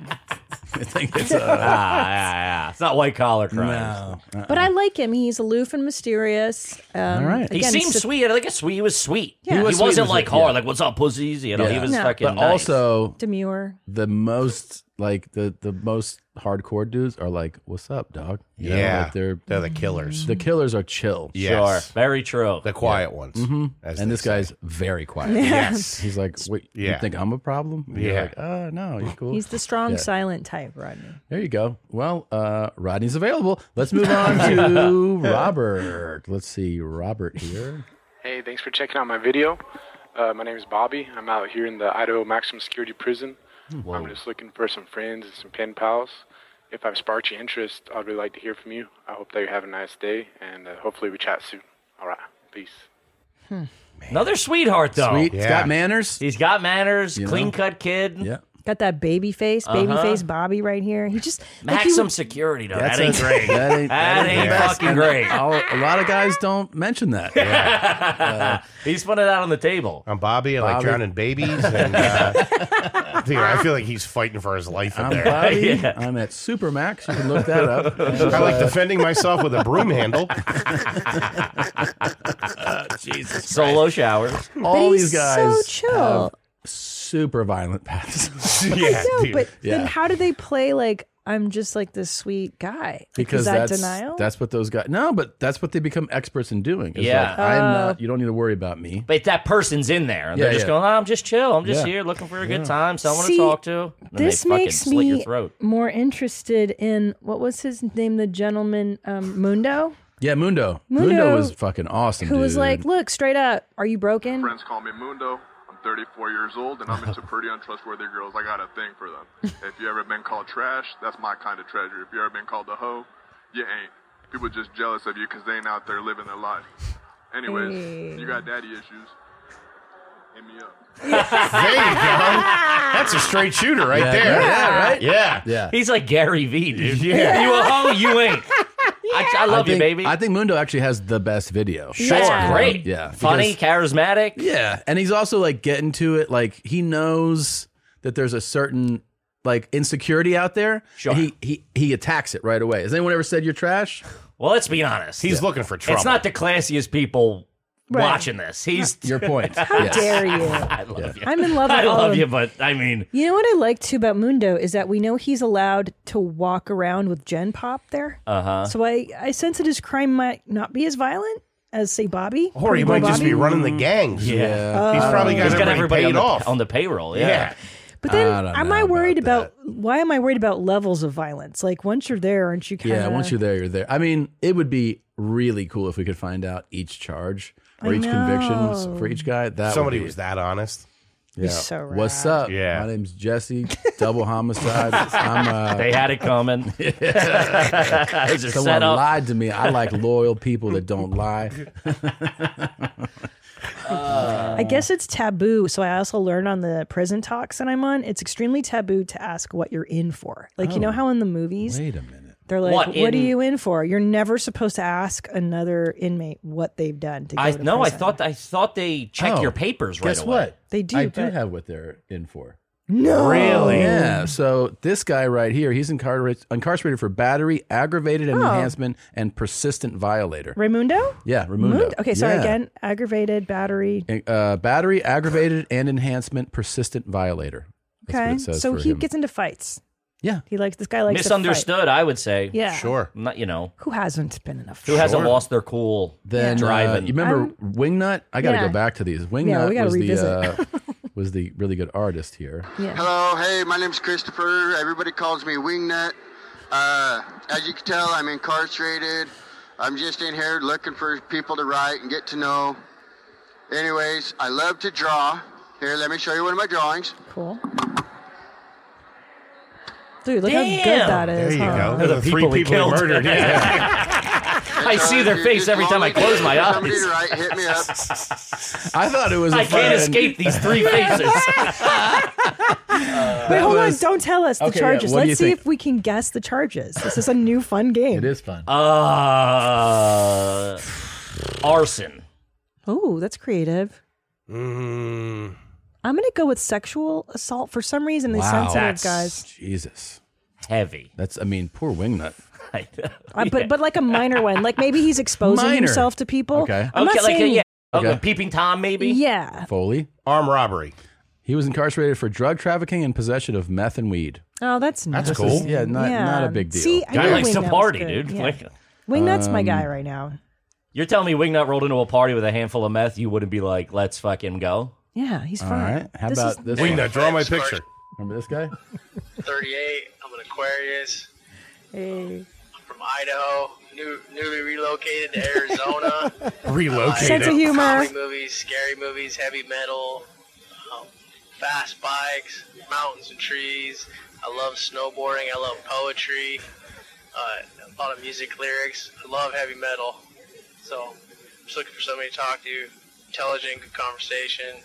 I think it's ah, uh, yeah, yeah. It's not white collar crimes. No. But I like him. He's aloof and mysterious. Um, he again, seemed so- sweet. I think it's sweet. He was sweet. Yeah. He, He was was sweet, not he was like sweet, hard, yeah. like what's up, pussies? You know, he Yeah. was No. fucking. But nice. also demure. the most like the the most hardcore dudes are like, "What's up, dog?" know, Yeah. like they're They're the killers. The killers are chill. Yes. Sure. Very true. The quiet ones. hmm as And they this say. guy's very quiet. Yes. he's like, "Wait, you Yeah. think I'm a problem?" And you're Yeah. like, "Uh, no, you're cool." He's the strong, Yeah. silent type, Rodney. There you go. Well, uh, Rodney's available. Let's move on to Robert. Let's see, Robert here. Hey, thanks for checking out my video. Uh, my name is Bobby. I'm out here in the Idaho Maximum Security Prison. I'm just looking for some friends and some pen pals. If I've sparked your interest, I'd really like to hear from you. I hope that you have a nice day, and uh, hopefully we chat soon. All right, peace. another sweetheart though. Sweet. He's got Yeah. manners. He's got manners. You know? Clean cut kid. Yeah. Got that baby face, baby Uh-huh. face Bobby right here. He just like he- Maximum security though. That That's ain't a- great. That ain't, That ain't fucking great. A lot of guys don't mention that. He's putting it out on the table. I'm Bobby. I like Bobby. drowning babies. And, uh, dude, I feel like he's fighting for his life in I'm there. Bobby. I'm at Supermax. You can look that up. I like defending myself with a broom handle. Jesus. Solo showers. All But these he's guys so chill. have super violent paths. I know, but Yeah. then how do they play like I'm just like this sweet guy? Like, because is that that's denial? that's what those guys. No, but that's what they become experts in doing. It's Yeah. like, I'm Oh. not. You don't need to worry about me. But that person's in there, and they're Yeah, just yeah. going, oh, "I'm just chill. I'm just Yeah. here looking for a Yeah. good time, someone See, to talk to." And then this they fucking makes slit your me throat. more interested in what was his name, the gentleman um, Mundo, Yeah, Mundo. Mundo, Mundo, was fucking awesome. who dude. was like, "Look, straight up, are you broken?" Friends call me Mundo. I'm 34 years old and I'm into pretty untrustworthy girls. I got a thing for them. If you ever been called trash, that's my kind of treasure. If you ever been called a hoe, you ain't. People just jealous of you 'cause they ain't out there living their life. Anyways, Hey. you got daddy issues. Hit me up. There you go. That's a straight shooter right Yeah, there. yeah, yeah, right? Yeah. Yeah. He's like Gary Vee, dude. Yeah. You a hoe, you ain't. I, I love think, you, baby. I think Mundo actually has the best video. Sure. That's great. Yeah. Funny, because- charismatic. Yeah, and he's also like getting to it. Like he knows that there's a certain like insecurity out there. Sure. He he he attacks it right away. Has anyone ever said you're trash? Well, let's be honest. He's looking for It's not the classiest people watching this. He's Your point. How Yes. dare you? I love you. I'm in love with I all love of- you, but I mean, You know what I like too about Mundo is that we know he's allowed to walk around with Gen Pop there. uh huh. So I, I sense that his crime might not be as violent as say Bobby. Or he Pretty Boy might just Bobby. be running the gangs. Yeah. Yeah. He's probably got, He's got everybody, everybody on paid the- off. on the payroll, yeah. But then, I don't am know I worried about, why am I worried about levels of violence? Like once you're there, aren't you kind of? Yeah, once you're there, you're there. I mean, it would be really cool if we could find out each charge or I each conviction know. so for each guy. That Somebody would be, was that honest. Yeah. so What's up? Yeah. My name's Jesse. Double homicide. I'm, uh, They had it coming. It was a Someone setup. lied to me. I like loyal people that don't lie. I guess it's taboo. So I also learned on the prison talks that I'm on, it's extremely taboo to ask what you're in for. Like you know Oh. how in the movies, Wait a minute. they're like, "What, What are in- you in for?" You're never supposed to ask another inmate what they've done. To go I to no, I prison. thought I thought they check Oh, your papers right Guess away. what? They do, I do but- have what they're in for. No. Really? Yeah. So this guy right here, he's incarcerated, incarcerated for battery, aggravated Oh. enhancement, and persistent violator. Raimundo. Yeah, Raimundo. Mund- Okay, sorry Yeah. again. Aggravated battery. uh, battery, aggravated, and enhancement, persistent violator. That's what Okay, it says so for he him. gets into fights. Yeah, he likes this guy likes to fight. Misunderstood, I would say. Yeah. Sure. Not you know Who hasn't been in a fight? who hasn't lost their cool Then uh, driving. you remember Wingnut? I got to yeah. go back to these. Wingnut Yeah, we gotta was revisit. the uh, was the really good artist here. Hello, Oh, hey, my name's Christopher. Everybody calls me Wingnut. Uh, as you can tell, I'm incarcerated. I'm just in here looking for people to write and get to know. Anyways, I love to draw. Here, let me show you one of my drawings. Cool. Dude, look Damn. how good that There is. you huh? go. Those are the Three people, he murdered. Yeah. I see their face every time I close my Somebody eyes. to write, hit me up. I thought it was. I I can't escape these three faces. Wait, hold was- on. Don't tell us the Okay, yeah, charges. what do you Let's see think? if we can guess the charges. This is a new fun game. It is fun. Uh, arson. Oh, that's creative. Mm-hmm. Mm, I'm going to go with sexual assault. For some reason, they Wow. sensitive guys. Jesus. Heavy. That's. I mean, poor Wingnut. I know. Uh, but, but like a minor one. Like maybe he's exposing Minor. himself to people. Okay. okay, I'm not like saying, yeah. Okay. Okay. Peeping Tom, maybe. Yeah. Foley. Armed robbery. He was incarcerated for drug trafficking and possession of meth and weed. Oh, that's nice. That's cool. Yeah, not- not a big deal. See, I Guy knew likes to Wingnut was party, good. dude. Yeah. Like- Wingnut's my Um, guy right now. You're telling me Wingnut rolled into a party with a handful of meth, you wouldn't be like, "Let's fucking go." Yeah, he's All fine. right. Eh, How This about is- this? Wingnut, one? draw my picture. Remember this guy? 38. I'm an Aquarius. Hey. from Idaho, new, newly relocated to Arizona. Relocated. Sense of humor. Comedy movies, scary movies, heavy metal, um, fast bikes, mountains and trees. I love snowboarding. I love poetry. Uh, a lot of music lyrics. I love heavy metal. So I'm just looking for somebody to talk to. Intelligent, good conversation.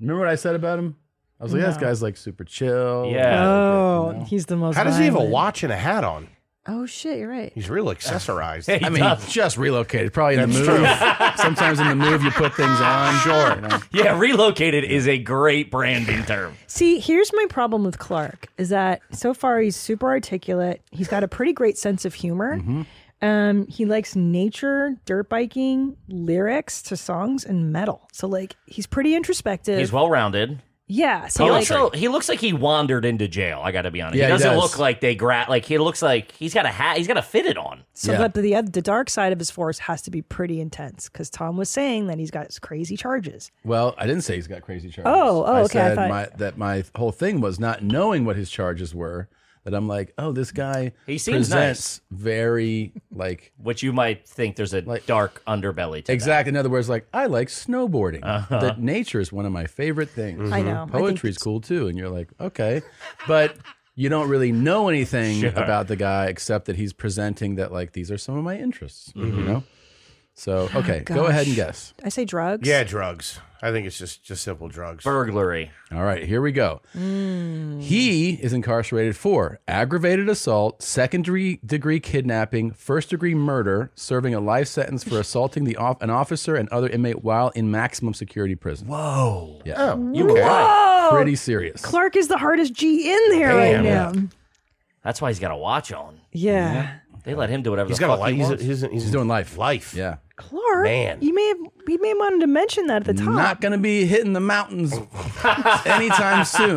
Remember what I said about him? I was like, No. this guy's like super chill. Oh, he's the most. How does he have a violent. watch and a hat on? Oh shit, you're right. He's real accessorized. I mean, just relocated. Probably in the That's move. Sometimes in the move, you put things on. Sure. Yeah, relocated is a great branding term. See, here's my problem with Clark is that so far he's super articulate. He's got a pretty great sense of humor. Mm-hmm. Um, he likes nature, dirt biking, lyrics to songs, and metal. So like, he's pretty introspective. He's well rounded. yeah. So he, like, also, he looks like he wandered into jail. I got to be honest. Yeah, he he doesn't does. look like they grab. Like he looks like he's got a hat. He's got a fitted on. so but the other, the dark side of his force has to be pretty intense because Tom was saying that he's got his crazy charges. Well, I didn't say he's got crazy charges. Oh, oh, I okay, I said thought- my, that my whole thing was not knowing what his charges were. That I'm like, oh, this guy He seems presents very like what you might think there's a dark underbelly to. exactly. In other words, like I like snowboarding. Uh-huh. That nature is one of my favorite Mm-hmm. things. I know. I think Poetry's cool too, and you're like, okay, but you don't really know anything Sure. about the guy except that he's presenting that like these are some of my interests. You Mm-hmm. Mhm. know. So Oh, okay, go ahead and gosh. guess. I say drugs. Yeah, drugs. I think it's just just simple drugs. Burglary. All right, here we go. He is incarcerated for aggravated assault, secondary degree kidnapping, first degree murder, serving a life sentence for assaulting the off- an officer and other inmate while in maximum security prison. Whoa. Yeah. Oh, you were right. Whoa. Pretty serious. Clark is the hardest G in there Damn. right now. That's why he's got a watch on. Yeah. They let him do whatever He's the got a fuck life. he He's, wants. he's, he's, doing life. Life. Yeah. Clark, Man. you may have you may have wanted to mention that at the top. Not going to be hitting the mountains anytime soon.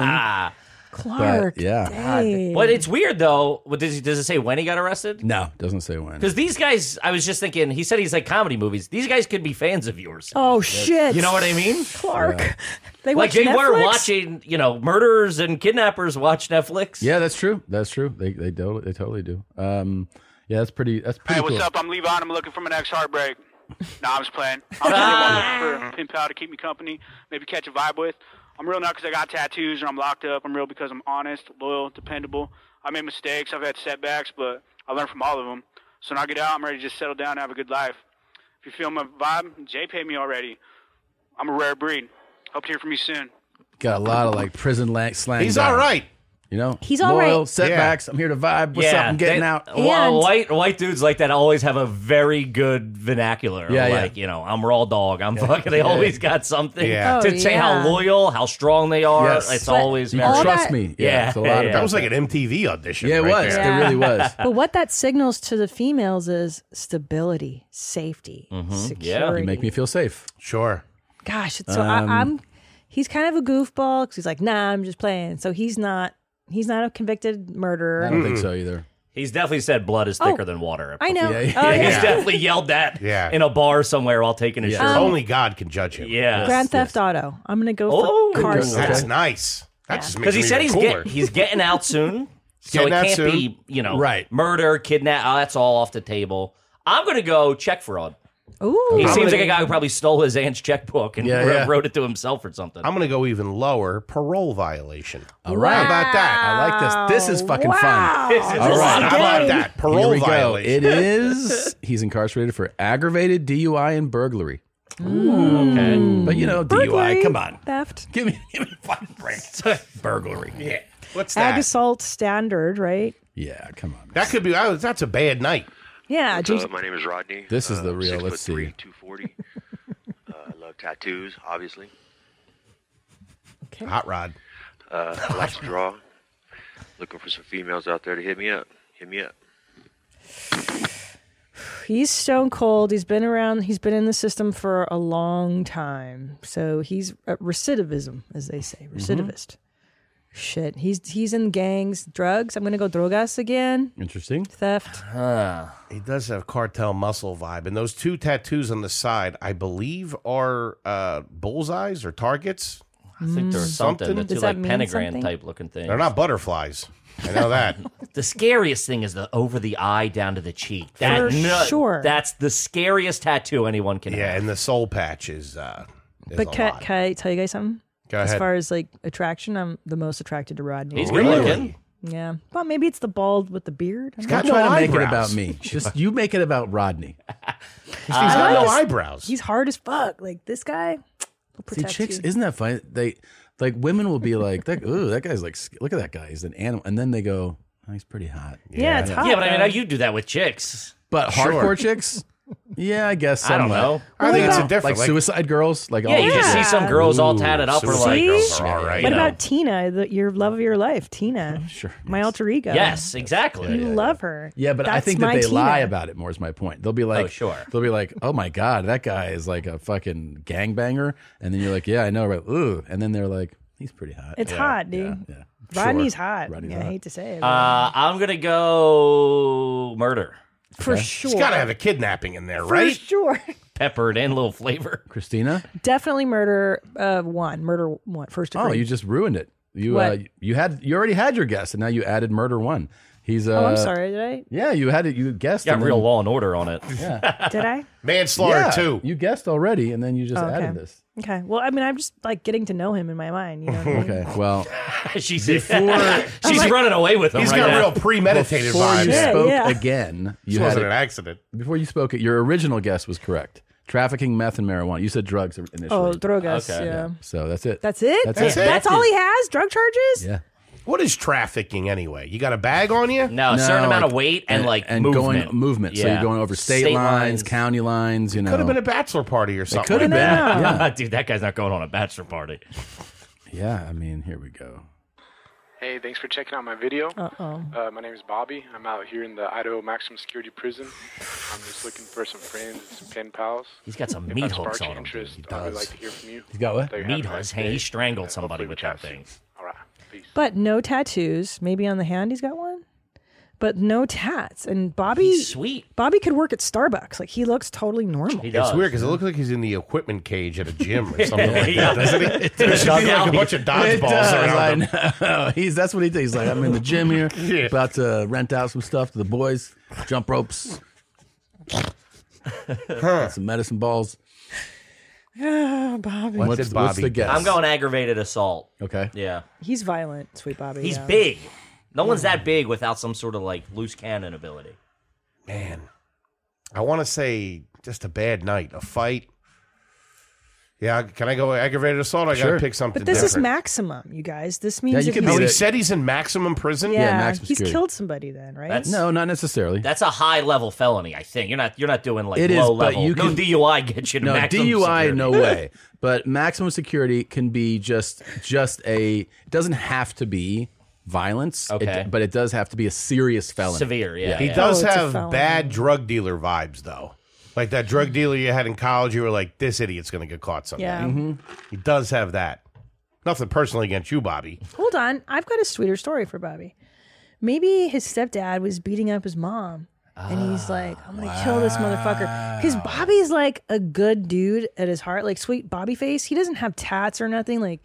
Clark, But, yeah. dang. But it's weird though. What does he does it say when he got arrested? No, doesn't say when. Because these guys, I was just thinking. He said he's like comedy movies. These guys could be fans of yours. Oh shit! You know what I mean? Clark. Yeah. They like watch they were Netflix? watching, you know, murderers and kidnappers watch Netflix. Yeah, that's true. That's true. They they, do, they totally do. Um, yeah, that's pretty. That's pretty Hey, cool. what's up? I'm Levon. I'm looking for my next heartbreak. Nah, I'm just playing. I'm just really looking for a pen pal to keep me company, maybe catch a vibe with. I'm real not because I got tattoos and I'm locked up. I'm real because I'm honest, loyal, dependable. I made mistakes. I've had setbacks, but I learned from all of them. So when I get out, I'm ready to just settle down and have a good life. If you feel my vibe, Jay paid me already. I'm a rare breed. Hope to hear from you soon. Got a lot of like prison lang- slang. He's down. all right. You know, He's all loyal, right. setbacks. I'm here to vibe. What's up? I'm getting they- out. Well, And- white white dudes like that always have a very good vernacular. Yeah, yeah. like you know, I'm raw dog. I'm fucking. They always got something Yeah. to Oh, say yeah. how loyal, how strong they are. Yes. It's But always you very- can trust me. Yeah, it's a lot of That was like an MTV audition. Yeah, it right was. there. It really was. But what that signals to the females is stability, safety, Mm-hmm. security. You make me feel safe. Sure. Gosh, it's so Um, I, I'm. He's kind of a goofball because he's like, nah, I'm just playing. So he's not. He's not a convicted murderer. I don't think so either. He's definitely said blood is Oh, thicker than water. I know. Yeah, Oh, He's yeah. definitely yelled that Yeah. in a bar somewhere while taking a Yeah. shit. Um, Only God can judge him. Yeah. Grand Theft Auto. I'm gonna go Oh, for car good. stuff. That's nice. That just makes Because he me said even he's cooler. get, he's getting out soon, so it Getting out can't soon. be you know Right. murder, kidnap. Oh, that's all off the table. I'm gonna go check fraud. Ooh, He I'm seems gonna- like a guy who probably stole his aunt's checkbook and Yeah, wrote, yeah. wrote it to himself or something. I'm going to go even lower. Parole violation. All right. How about that? I like this. This is fucking Wow. fun. This is- All this right. is How about game. that? Here Parole we go. violation. It is. He's incarcerated for aggravated DUI and burglary. okay. But you know, Burglary, DUI. Come on. Theft. Give me, give me a fucking break. burglary. Yeah. What's that? Ag assault standard, right? Yeah. Come on. that could be. I was- That's a bad night. Yeah. So, geez. Uh, my name is Rodney. This is Uh, the real- Six let's foot see. three, two forty. uh, I love tattoos, obviously. Hot rod. Uh, I like to draw. Looking for some females out there to hit me up. Hit me up. He's stone cold. He's been around. He's been in the system for a long time. So he's uh, recidivism, as they say, recidivist. Shit. He's he's in gangs, drugs. I'm gonna go drogas again. Interesting. Theft. He does have cartel muscle vibe, and those two tattoos on the side, I believe, are uh, bullseyes or targets. I think there's something. Something? The two Does that like mean pentagram something? type looking things. They're not butterflies. I know that. The scariest thing is the over the eye down to the cheek. That For no- sure. That's the scariest tattoo anyone can yeah, have. and the soul patch is. Uh, is But a can, lot. can I tell you guys something? Go As ahead. far as like attraction, I'm the most attracted to Rodney. He's good Really? looking. Yeah. Well, maybe it's the bald with the beard. I don't got know. no Try to make it eyebrows. about me. Just you make it about Rodney. he's got like no this- eyebrows. He's hard as fuck. Like this guy. will See, protect chicks, you. isn't that funny? They Like women will be like, that, "Ooh, that guy's like, look at that guy, he's an animal," and then they go, oh, "He's pretty hot." Yeah, it's hot, Yeah, but I mean, though. you do that with chicks. But Sure. hardcore chicks. Yeah, I guess. I don't somewhat. know. I think it's Like indifferent, like- suicide girls. Like Yeah, all you just see some girls all tatted up, we're suicide like, girls See? are all right. You what know. about Tina, the, your love of your life, Tina? Oh, Sure. My alter ego. Yes, exactly. You love her. Yeah, but I That's think that my they Tina. lie about it more. Is my point. They'll be like, Oh, sure. They'll be like, oh my god, that guy is like a fucking gangbanger, and then you're like, yeah, I know, right? Ooh, and then they're like, he's pretty hot. It's Yeah. hot, dude. Sure. Rodney's hot. Rodney's yeah, I hot. hate to say it. but- Uh, I'm gonna go murder For Okay. sure. It's got to have a kidnapping in there, For right? sure. peppered and a little flavor. Christina. Definitely murder uh, one. Murder one. First degree. Oh, you just ruined it. You uh, What? you had you already had your guess, and now you added murder one. He's uh, oh, I'm sorry. Did I? Yeah, you had it. You guessed. Got and real then- law and order on it. Yeah. Did I? Manslaughter Yeah, too. You guessed already, and then you just Oh, okay. added this. Okay. Well, I mean, I'm just like getting to know him in my mind. You know. what I mean? Okay. Well, she's before she's running away with him. He's right got now. real premeditated before vibes. you Yeah, spoke yeah. again, This you had wasn't it- an accident. Before you spoke it, your original guess was correct. Trafficking meth and marijuana. You said drugs initially. Oh, drogas. Yeah. So that's it. That's it. That's That's, it. all he has. Drug charges. Yeah. What is trafficking anyway? You got a bag on you? No, a certain amount of weight and, like and movement. going movement. So Yeah. you're going over state, State lines, lines. county lines. You know, Could have been a bachelor party or something. could have like that. been, yeah. dude. That guy's not going on a bachelor party. yeah. I mean, here we go. Hey, thanks for checking out my video. Uh-oh. Uh, my name is Bobby. I'm out here in the Idaho Maximum Security Prison. I'm just looking for some friends and some pen pals. He's got some If I meat spark hooks your on him. interest, He I would does. like to hear from you. He's got what? There you have Meat it. hooks. Hey, he strangled somebody with that thing. All right. Peace. But no tattoos. Maybe on the hand he's got one. But no tats. And Bobby. sweet. Bobby could work at Starbucks. Like he looks totally normal. It's weird because it looks like he's in the equipment cage at a gym or something like Yeah. that, doesn't it? There should be like a bunch of It does, dodgeballs around him. I know. He's that's what he thinks. He's like, I'm in the gym here, about to rent out some stuff to the boys, jump ropes, Got some medicine balls. Ah, Bobby. What's- what's Bobby the guess? I'm going aggravated assault. Okay. Yeah. He's violent, sweet Bobby. He's yeah. big. No one's that big without some sort of like loose cannon ability. Man, I want to say just a bad night, a fight. Yeah, can I go aggravated assault? I got Sure. to pick something But this is different. maximum, you guys. This means if Oh, he's- he said he's in maximum prison? yeah, he's killed somebody then, right? That's- No, not necessarily. That's a high level felony, I think. You're not you're not doing like It is, low but level. you no can- DUI gets you to no maximum DUI, security. no way. But maximum security can be just just a. It doesn't have to be violence. It- Okay. but it does have to be a serious felony. Severe, yeah, He Oh, does have bad drug dealer vibes, though. Like that drug dealer you had in college, you were like, this idiot's going to get caught someday. Yeah. Mhm. He does have that. Nothing personally against you, Bobby. Hold on, I've got a sweeter story for Bobby. Maybe his stepdad was beating up his mom, and Ah, he's like, "I'm gonna kill this motherfucker," because Bobby's like a good dude at his heart, like sweet Bobby face. He doesn't have tats or nothing. Like,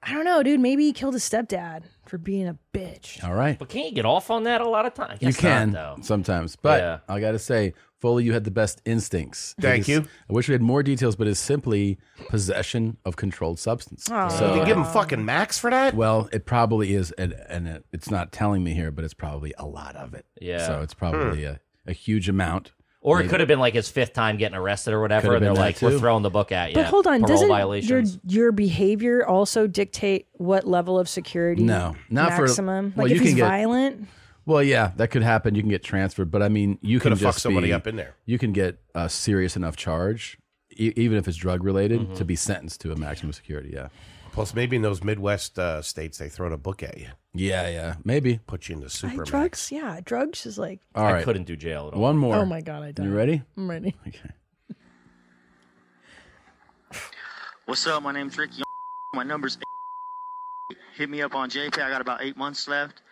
I don't know, dude. Maybe he killed his stepdad for being a bitch. All right. But can't you get off on that a lot of times? You can sometimes, but I gotta say, Foley, you had the best instincts. It Thank is- you. I wish we had more details, but it's simply possession of controlled substance. Aw. They give him fucking max for that. Well, it probably is, and, and it, it's not telling me here, but it's probably a lot of it. Yeah. So it's probably Hmm. a, a huge amount. Or it Maybe- could have been like his fifth time getting arrested or whatever, Could've and they're been that like, "We're too. throwing the book at you." But hold on, parole doesn't your violations. your behavior also dictate what level of security? No, not for- maximum. well, like you if can he's get- violent, Well, yeah, that could happen. You can get transferred, but I mean, you Could can have just fucked somebody be- up in there. You can get a serious enough charge, e- even if it's drug related, Mm-hmm. to be sentenced to a maximum security. Yeah, Plus, maybe in those Midwest uh, states, they throw the book at you. yeah, yeah. Maybe put you in the I, super. drugs. Yeah, drugs is like. All right. couldn't do jail at all. One more. Oh my God, I died. You ready? I'm ready. Okay. What's up? My name's Ricky. My number's hit me up on JP. I got about eight months left.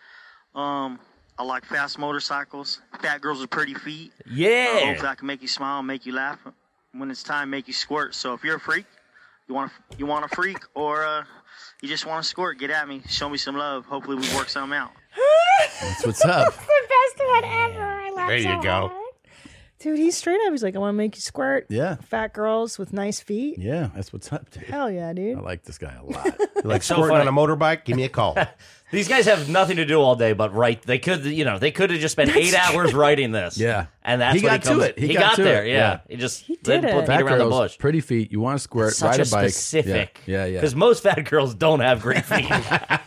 Um, I like fast motorcycles, fat girls with pretty feet. Yeah. Uh, hopefully I can make you smile, make you laugh. When it's time, make you squirt. So Oh, if you're a freak, you want to you want a freak, or uh, you just want to squirt, get at me. Show me some love. Hopefully we work something out. That's what's up. That's the best one ever. I laughed There so you go. hard. Dude, he's straight up. He's like, I want to make you squirt. Yeah. Fat girls with nice feet. Yeah, Oh, that's what's up. Dude. Hell yeah, dude. I like this guy a lot. like so squirting on funny. a motorbike? Give me a call. These guys have nothing to do all day but write. They could, you know, they could have just spent eight hours writing this. Yeah. and that's He what got he to comes, it. He He, got got, to there. it. Yeah. Yeah. he just He didn't did put it. feet Fat around the girls, bush. pretty feet. You want to squirt? Such ride a a bike. specific. Yeah, yeah. yeah. Because most fat girls don't have great feet.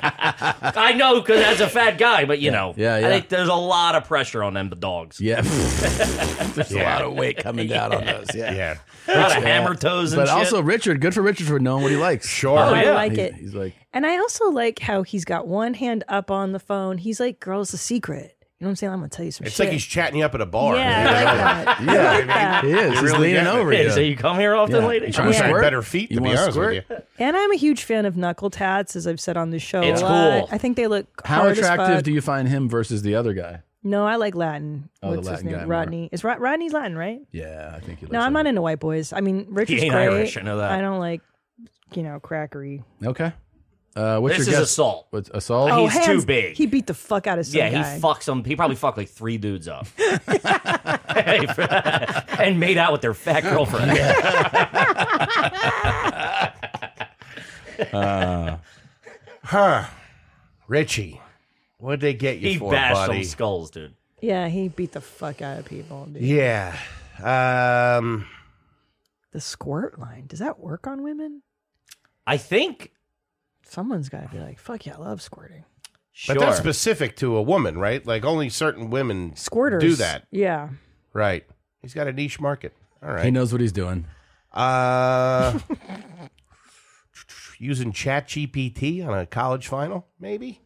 I know because as a fat guy, but you know, Yeah, yeah. I think there's a lot of pressure on them, the dogs. Yeah. There's a lot of weight coming down on those. Yeah. Yeah. A lot of Yeah. hammer toes and But shit. also Richard, good for Richard for knowing what he likes. Sure. Oh, I like he's, it. He's like, And I also like how he's got one hand up on the phone. He's like, girl's the secret. You know what I'm saying? I'm going to tell you some It's shit. like he's chatting you up at a bar. Yeah, I like that. Yeah, he is. He's leaning over you. So you come here often, Yeah. lady? You trying to I had squirt? better feet, to You be wanna honest squirt? with you. and I'm a huge fan of knuckle tats, as I've said on the show. It's a lot. cool. I think they look how hard as attractive fuck. do you find him versus the other guy? No, I like Latin. Oh, the What's Latin his guy name? more. Rodney. Is Rod- Rodney's Latin, right? Yeah, I think he likes. No, I'm not into white boys. I mean, Richard's ain't great. Irish, I know that. I don't like, you know, crackery. Okay. Uh, what's This your is guess? assault. What's assault? Oh, He's too hands- big. He beat the fuck out of some yeah, guy. he fucks them. He probably fucked like three dudes up and made out with their fat girlfriend. Uh, huh. Richie, what'd they get you He for, bashed buddy? some skulls, dude. yeah, he beat the fuck out of people. Dude. Yeah. Um, The squirt line. Does that work on women? I think. Someone's got to be like, fuck yeah, I love squirting. But that's specific to a woman, right? Like only certain women Squirters. do that. Yeah. Right. He's got a niche market. All right. He knows what he's doing. Uh, using Chat GPT on a college final, maybe.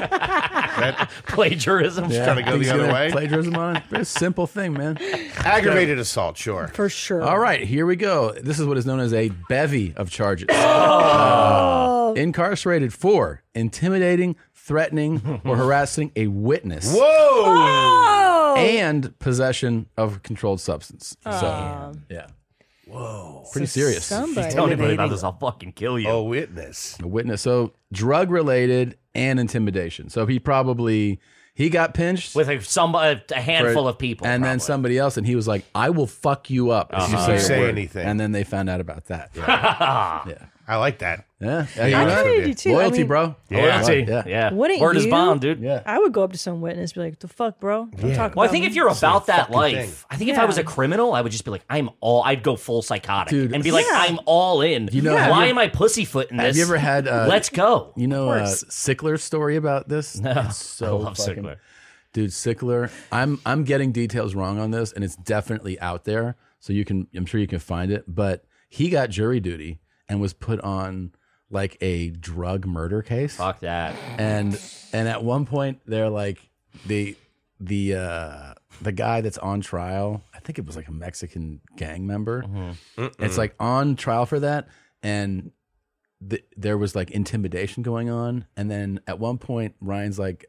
That- Plagiarism. Just trying to go He's the other gonna way. Plagiarism on it. Very simple thing, man. Aggravated assault, sure. For sure. All right, here we go. This is what is known as a bevy of charges. Uh, incarcerated for intimidating, threatening, or harassing a witness. Whoa! Whoa! And possession of a controlled substance. Aw. So, yeah. Whoa. Pretty serious. If you tell anybody about this, I'll fucking kill you. A Oh, witness. A witness. So, drug related and intimidation. So, he probably. He got pinched With a, some, a, a handful of people. and then somebody else, and he was like, "I will fuck you up if Uh-huh. you If say, you a say word." anything. And then they found out about that. yeah. I like that. Yeah. I you know? kinda do too. I Loyalty, mean- bro. Yeah. Loyalty. Yeah. Wouldn't Word you? is bond, dude. I would go up to some witness, be like, the fuck, bro? Don't Yeah. talk Well, I about think me." if you're about that fucking life, thing. I think if I was a Yeah. criminal, I would just be like, I'm all, I'd go full psychotic Dude. and be like, Yeah. I'm all in. You know, have why you- am I pussyfooting this? Have you ever had? Uh, Let's go. You know uh, course. Sickler's story about this? No, it's so I love fucking- Sickler. Dude, Sickler. I'm I'm getting details wrong on this, and it's definitely out there. So you can, I'm sure you can find it. But he got jury duty and was put on like a drug murder case. Fuck that. and and at one point they're like the the uh the guy that's on trial i think it was like a mexican gang member Mm-hmm. Mm. it's like on trial for that and th- there was like intimidation going on and then at one point ryan's like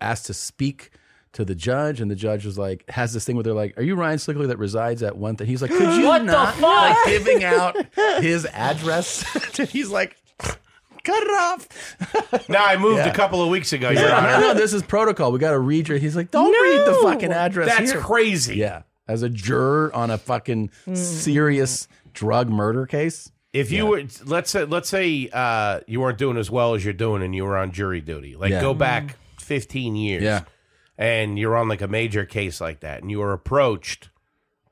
asked to speak to the judge and the judge was like has this thing where they're like are you ryan slickler that resides at one thing he's like could you What the not fuck? like giving out his address he's like cut it off Now I moved Yeah. a couple of weeks ago, He's Your like, Honor. Uh-huh. no, no, this is protocol. We got to read your. He's like, don't read the fucking address. That's here." crazy. Yeah, as a juror on a fucking Mm. serious drug murder case. If you were let's say let's say uh, you weren't doing as well as you're doing and you were on jury duty. Like Yeah. go Mm-hmm. back 15 years. Yeah. And you're on like a major case like that and you were approached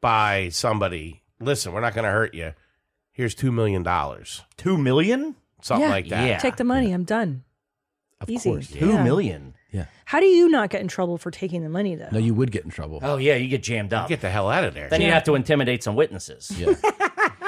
by somebody, listen, we're not going to hurt you. Here's 2 million dollars. 2 million? Something like that. Take the money. I'm done. Of Easy. course. Two Yeah. million. How do you not get in trouble for taking the money, though? No, you would get in trouble. Oh, yeah, you get jammed up. Get the hell out of there. then you have to intimidate some witnesses. Yeah.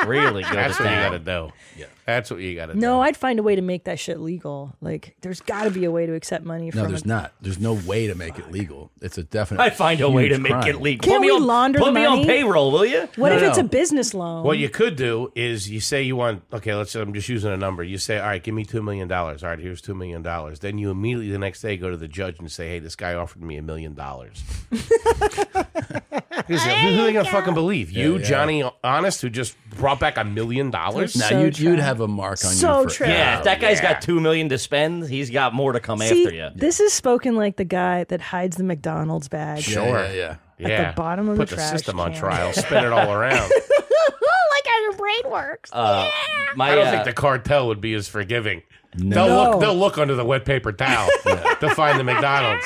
really go That's to what you got town. to do. Yeah. That's what you got to do. No, I'd find a way to make that shit legal. Like, there's got to be a way to accept money from. No, there's a- not. There's no way to make it legal. It's a definite. I'd find a way huge to make crime. it legal. Can't put me we on, launder Put the me on money? payroll, will you? What if No, it's no. a business loan? Hmm. What you could do is you say you want okay, let's I'm just using a number. You say, All right, give me two million dollars. All right, here's two million dollars. Then you immediately the next day go to the judge and say, Hey, this guy offered me a million dollars. Who's who are they gonna fucking believe? You, yeah. Johnny Honest, who just brought back a million dollars. Now, Oh, you'd, you'd have a mark on So you. true. Yeah, if that guy's guy's got two million to spend, he's got more to come See, after you. this is spoken like the guy that hides the McDonald's bag. Sure. yeah. At the bottom of Put the the, trash system on can. trial. Spin it all around. like how your brain works. Uh, my, I don't uh, think the cartel would be as forgiving. No. They'll No. look. They'll look under the wet paper towel to find the McDonald's.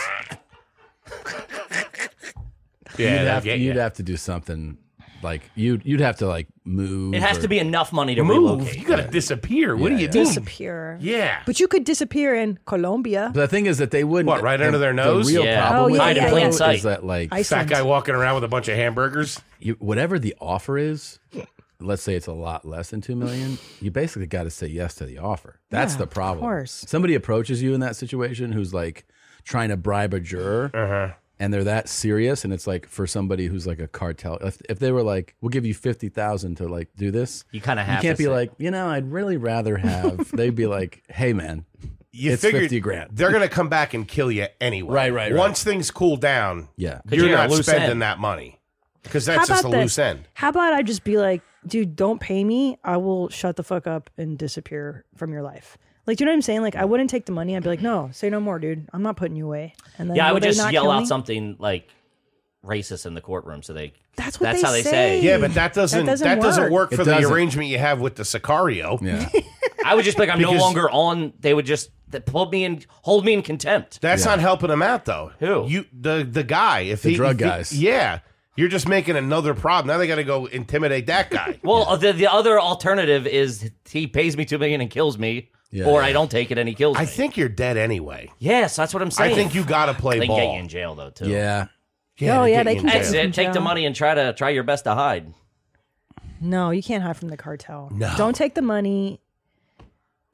Yeah, you'd that- have, yeah, you'd have to do something like you'd you'd have to like move. It has or- to be enough money to Move. relocate. You gotta disappear. What do you mean? Disappear. Yeah. But you could disappear in Colombia. But the thing is that they wouldn't. What, right under their nose? The real Yeah. problem Oh, with yeah, it yeah, yeah. is Plain sight. that like Iceland. Fat guy walking around with a bunch of hamburgers. you, whatever the offer is, let's say it's a lot less than two million, you basically got to say yes to the offer. That's Yeah, the of problem. course. Somebody approaches you in that situation who's like trying to bribe a juror, and they're that serious, and it's like for somebody who's like a cartel. If, if they were like, "We'll give you fifty thousand to like do this," You kinda have You can't to be say- like, you know, I'd really rather have. they'd be like, "Hey, man, You it's figured fifty grand." They're gonna come back and kill you anyway. Right, right, right. Once things cool down, Yeah. 'Cause you're, you're not a loose spending end. that money because that's just a that- loose end. How about I just be like, dude, don't pay me. I will shut the fuck up and disappear from your life. Like, do you know what I'm saying? Like, I wouldn't take the money. I'd be like, no, say no more, dude. I'm not putting you away. And then yeah, I will would they just not yell kill out me? something like racist in the courtroom, so they. That's what that's they how they say. say. Yeah, but that doesn't that doesn't, work, It for the doesn't. arrangement you have with the Sicario. Yeah. I would just be like, I'm no Because- longer on. They would just they put me in, hold me in contempt. That's not helping him out though. Who? You the the guy if The he, drug if he- guys. yeah. You're just making another problem. Now they got to go intimidate that guy. Well, the, the other alternative is he pays me two million and kills me, Yeah. or I don't take it and he kills I me. think you're dead anyway. Yes, that's what I'm saying. I think you got to play They can ball. get you in jail though too. Yeah. Yeah, Oh, they yeah, get they you in can get That's you in it. Take the jail. money and try to try your best to hide. No, you can't hide from the cartel. No. Don't take the money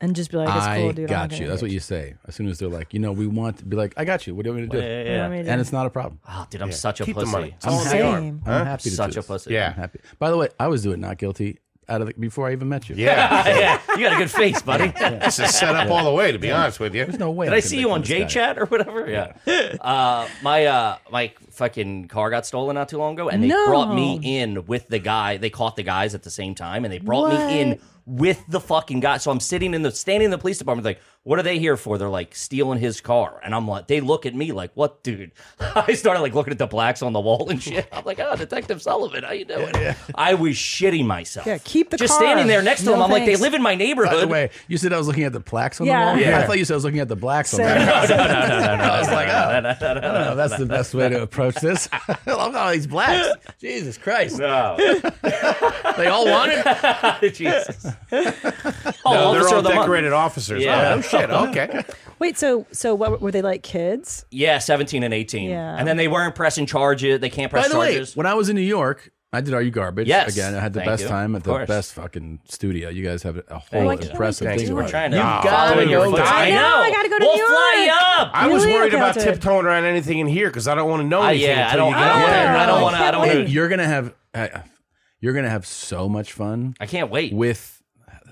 and just be like, it's I cool, dude. I'm not got gonna you. That's engage. what you say. As soon as they're like, you know, we want to be like, I got you. What do you want me to do? Yeah, yeah, yeah. What do you want me to And do? it's not a problem. Oh, dude, I'm such a Keep the pussy. money. I'm I'm happy- happy. Same. I'm happy to Such do a this. pussy. Yeah. I'm happy. By the way, I was doing not guilty out of the, before I even met you. Yeah. Yeah. You got a good face, buddy. This is set up all the way, to be honest with you. There's no way. Did I see you on J Chat or whatever? Yeah. uh, my uh, my fucking car got stolen not too long ago, Oh, and they No. brought me in with the guy. They caught the guys at the same time, and they brought What? me in with the fucking guy. So I'm sitting in the standing in the police department, like, what are they here for? They're like stealing his car, and I'm like, they look at me like, what, dude? I started like looking at the blacks on the wall and shit. I'm like, oh, Detective Sullivan, how you doing? I was shitting myself. Yeah, keep the just car. standing there next to No him. I'm like, they thanks. live in my neighborhood. By the way, you said I was looking at the plaques on Yeah. the wall. Yeah. I thought you said I was looking at the blacks on the Same. wall. No, no, no, no, no, no, I was no, like, no, oh, no, no, no, I don't know. That's the best way to approach this. I love all these blacks. Jesus Christ. No. they all want it. Jesus. No, they're officer all of the month. decorated officers. Yeah. Yeah. Oh, no shit. Okay. Wait, so so what were they like kids? Yeah, 17 and 18. Yeah. And then they weren't pressing charges. They can't press By the charges. way, when I was in New York, I did Are You Garbage? Yes. Again, I had the Thank best you. time at Of the course. best fucking studio. You guys have a Thank whole you. impressive Thank thing. you. We're going. trying to you follow gotta in your go footsteps. down. I Oh, know. I gotta go to We'll New York. fly up. I was Really? worried Okay, I'll about do it. tiptoeing around anything in here because I don't want to know Ah, anything. yeah, I until don't- I don't you get wanna- there. I don't wanna- I don't wanna- Hey, You're gonna have. I- You're gonna have so much fun. I can't wait with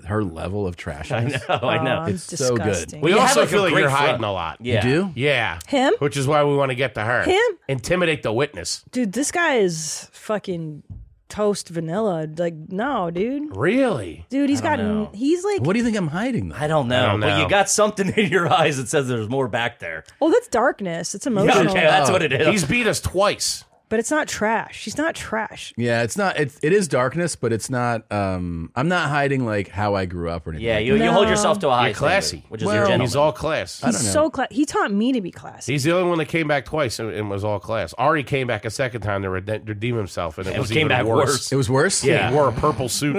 her level of trash. I know, I know. Oh, It's it's so good. disgusting. We You have, also like, a feel like great you're front. hiding a lot. Yeah. You do? Yeah. Him? Which is why we want to get to her. Him? Intimidate the witness. Dude, this guy is fucking toast vanilla. Like, no, dude. Really? Dude, he's I don't gotten know. he's like What do you think I'm hiding? Though? I don't know. I don't But know. you got something in your eyes that says there's more back there. Oh, that's darkness. It's Yeah, emotional. okay, Oh. that's what it is. He's beat us twice. But it's not trash. She's not trash. Yeah, it's not. It, it is darkness, but it's not. Um, I'm not hiding like how I grew up or anything. Yeah, like you, that. you hold yourself to a high You're classy, standard, which is Well, your gentleman. Uh, He's all class. He's so class. He taught me to be classy. He's the only one that came back twice and, and was all class. Ari came back a second time to rede- redeem himself, and it And was even came back worse. worse. It was worse. Yeah, he wore a purple suit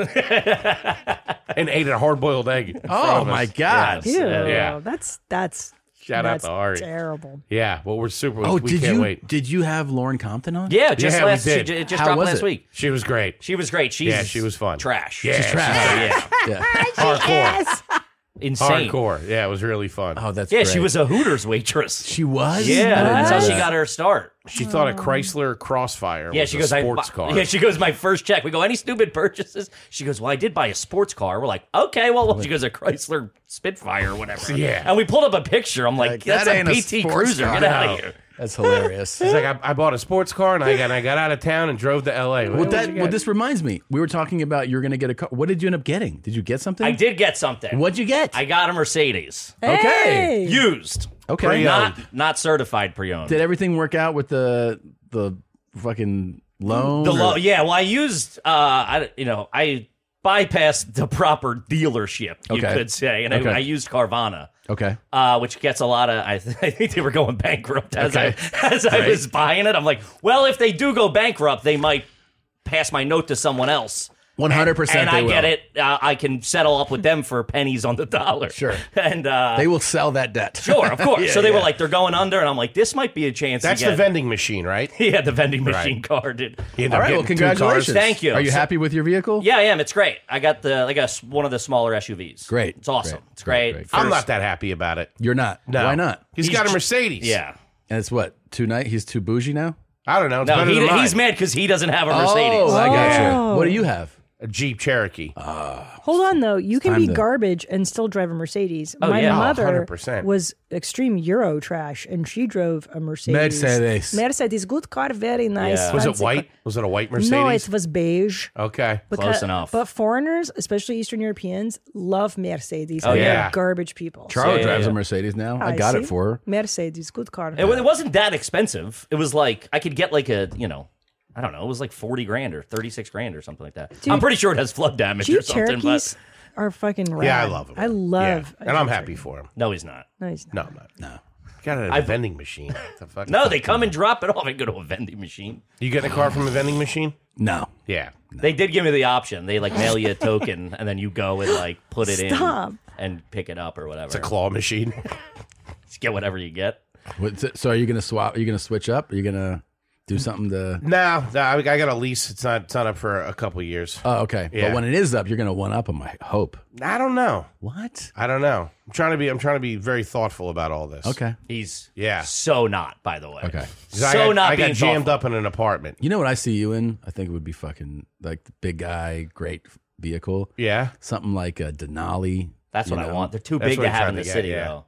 and ate a hard boiled egg. in front Oh of us. my god. Ew, Yeah. that's that's Shout out that's to Ari. Terrible. Yeah, well, we're super. Oh, we did can't you wait. did you have Lauren Compton on? Yeah, just Yeah, we last she, did. ju- it just How dropped was last it? week. She was great. She was great. She's yeah, she was fun. trash. Yeah, She's trash. yeah. Hardcore. Insane. Hardcore. Yeah, it was really fun. Oh, that's Yeah, she was a Hooters waitress. She was. Yeah, that's how she got her start. She thought a Chrysler Crossfire. Yeah, was she a goes. I sports bu- car. Yeah, she goes. My first check. We go. Any stupid purchases? She goes. Well, I did buy a sports car. We're like, okay. Well, she goes a Chrysler Spitfire or whatever. Yeah. And we pulled up a picture. I'm like, that that's a ain't a PT sports Cruiser. car. Get out No. of here. That's hilarious. It's like I, I bought a sports car and I and I got out of town and drove to L.A. Well, that well, this reminds me. We were talking about you're going to get a car. What did you end up getting? Did you get something? I did get something. What'd you get? I got a Mercedes. Okay. Hey! Used. Okay. Not Pre-owned. not certified pre-owned. Did everything work out with the the fucking loan? The or- lo- yeah. Well, I used, uh, I you know, I bypassed the proper dealership, you Okay. could say, and Okay. I, I used Carvana, Okay. uh, which gets a lot of. I, th- I think they were going bankrupt as Okay. I as I Great. was buying it. I'm like, well, if they do go bankrupt, they might pass my note to someone else. and, 100% and they I get will. it. Uh, I can settle up with them for pennies on the dollar. Sure, and uh, they will sell that debt. Sure, of course. Yeah, so they were yeah. like, they're going under, and I'm like, this might be a chance. That's to the get vending machine, right? yeah, the vending Right. machine card. Dude. All right. Well, congratulations. Thank you. Are you So- happy with your vehicle? Yeah, I am. It's great. I got the like a s- one of the smaller SUVs. Great. It's awesome. Great. It's great. I'm First- not that happy about it. You're not. No. Why not? He's got a Mercedes. Yeah. And it's what two night? He's too bougie now. I don't know. No, he, he's mad because he doesn't have a Mercedes. Oh, I got you. Oh. What do you have? A Jeep Cherokee. Oh, Hold on though, you can time be to- garbage and still drive a Mercedes. Oh, My yeah. Oh, mother 100%. was extreme Euro trash, and she drove a Mercedes. Mercedes. Mercedes, good car, very nice. Was it fancy white? car. Was it a white Mercedes? No, it was beige. Okay. Because- But foreigners, especially Eastern Europeans, love Mercedes. Oh, They're yeah. garbage people. Charlotte Yeah, drives yeah. a Mercedes now. I, got Oh, see. it for her. Mercedes, good car. It, wa- it wasn't that expensive. It was like I could get like a you know. I don't know. It was like forty grand or thirty six grand or something like that. Dude, I'm pretty sure it has flood damage Jeep or something. Cherokees are fucking rad. Yeah, I love 'em. I love. Yeah. a And I'm Jeep happy Cherokee. for him. No, he's not. No, he's not. No, I'm not. No. Got it at a I've- vending machine. What the fuck? But no, they come and drop it off and go to a vending machine. You get a car from a vending machine? No. Yeah. They did give me the option. They like mail you a token and then you go and like put it Stop. in and pick it up or whatever. It's a claw machine. Just get whatever you get. What's it- so are you gonna swap? Are you gonna switch up? Are you gonna do something to? No, no, I I got a lease. It's not. It's not up for a couple years. Oh, okay. Yeah. But when it is up, you're gonna one up them. I hope. I don't know. What? I don't know. I'm trying to be. I'm trying to be very thoughtful about all this. Okay. He's yeah. So not. By the way. Okay. So I got, not I got being jammed thoughtful. up in an apartment. You know what I see you in? I think it would be fucking like the big guy, great vehicle. Yeah. Something like a Denali. That's you what I know? want. They're too big to have in the city though.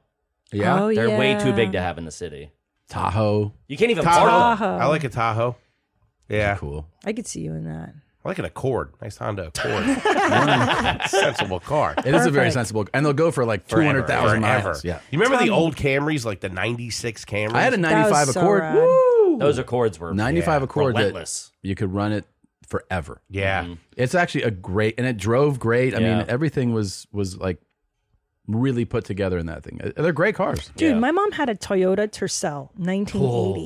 Yeah. Oh, They're way yeah. too big to have in the city. Tahoe. You can't even Tahoe. park. Tahoe. I like a Tahoe. Yeah. Cool. I could see you in that. I like an Accord. Nice Honda Accord. Sensible car. It is a very sensible, and they'll go for like two Forever. hundred thousand Forever. miles. Yeah. You remember the Tom- old Camrys, like the 96 Camrys? I had a ninety-five Accord. Those Accords were ninety-five yeah, Accord Relentless. that you could run it forever. Yeah. It's actually a great, and it drove great. I Yeah. mean, everything was was like really put together in that thing. Uh, They're great cars. Dude, my mom had a Toyota Tercel, 1980.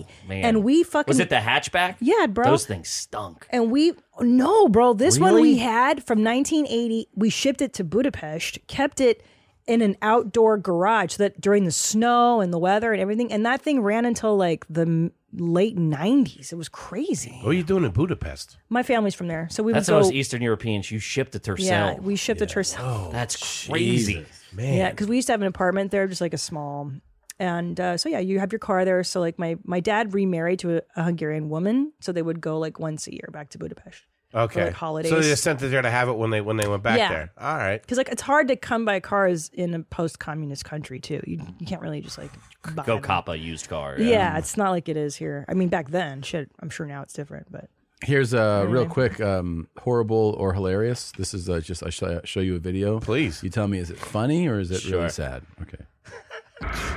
Oh, man. And we fucking. Was it the hatchback? Yeah, bro. Those things stunk. And we no, bro. This one Really? we had from 1980. We shipped it to Budapest, kept it in an outdoor garage so that during the snow and the weather and everything, and that thing ran until like the m- late 90s. It was crazy. What are you doing in Budapest? My family's from there, so we That's the would go. most Eastern Europeans. You shipped it to yeah, yourself. we shipped it to herself. That's crazy. Man. Yeah, because we used to have an apartment there, just like a small. And uh, so yeah, you have your car there. So like my my dad remarried to a, a Hungarian woman, so they would go like once a year back to Budapest. Okay. like holidays. So they just sent it there to have it when they when they went back Yeah. there. All right. Because like it's hard to come by cars in a post-communist country too. You you can't really just like buy Go them. cop a used car. Yeah. it's not like it is here. I mean, back then, shit. I'm sure now it's different, but Here's a real Mhm. quick um, horrible or hilarious. This is uh, just I shall show you a video. Please, you tell me is it funny or is it Sure. really sad? Okay.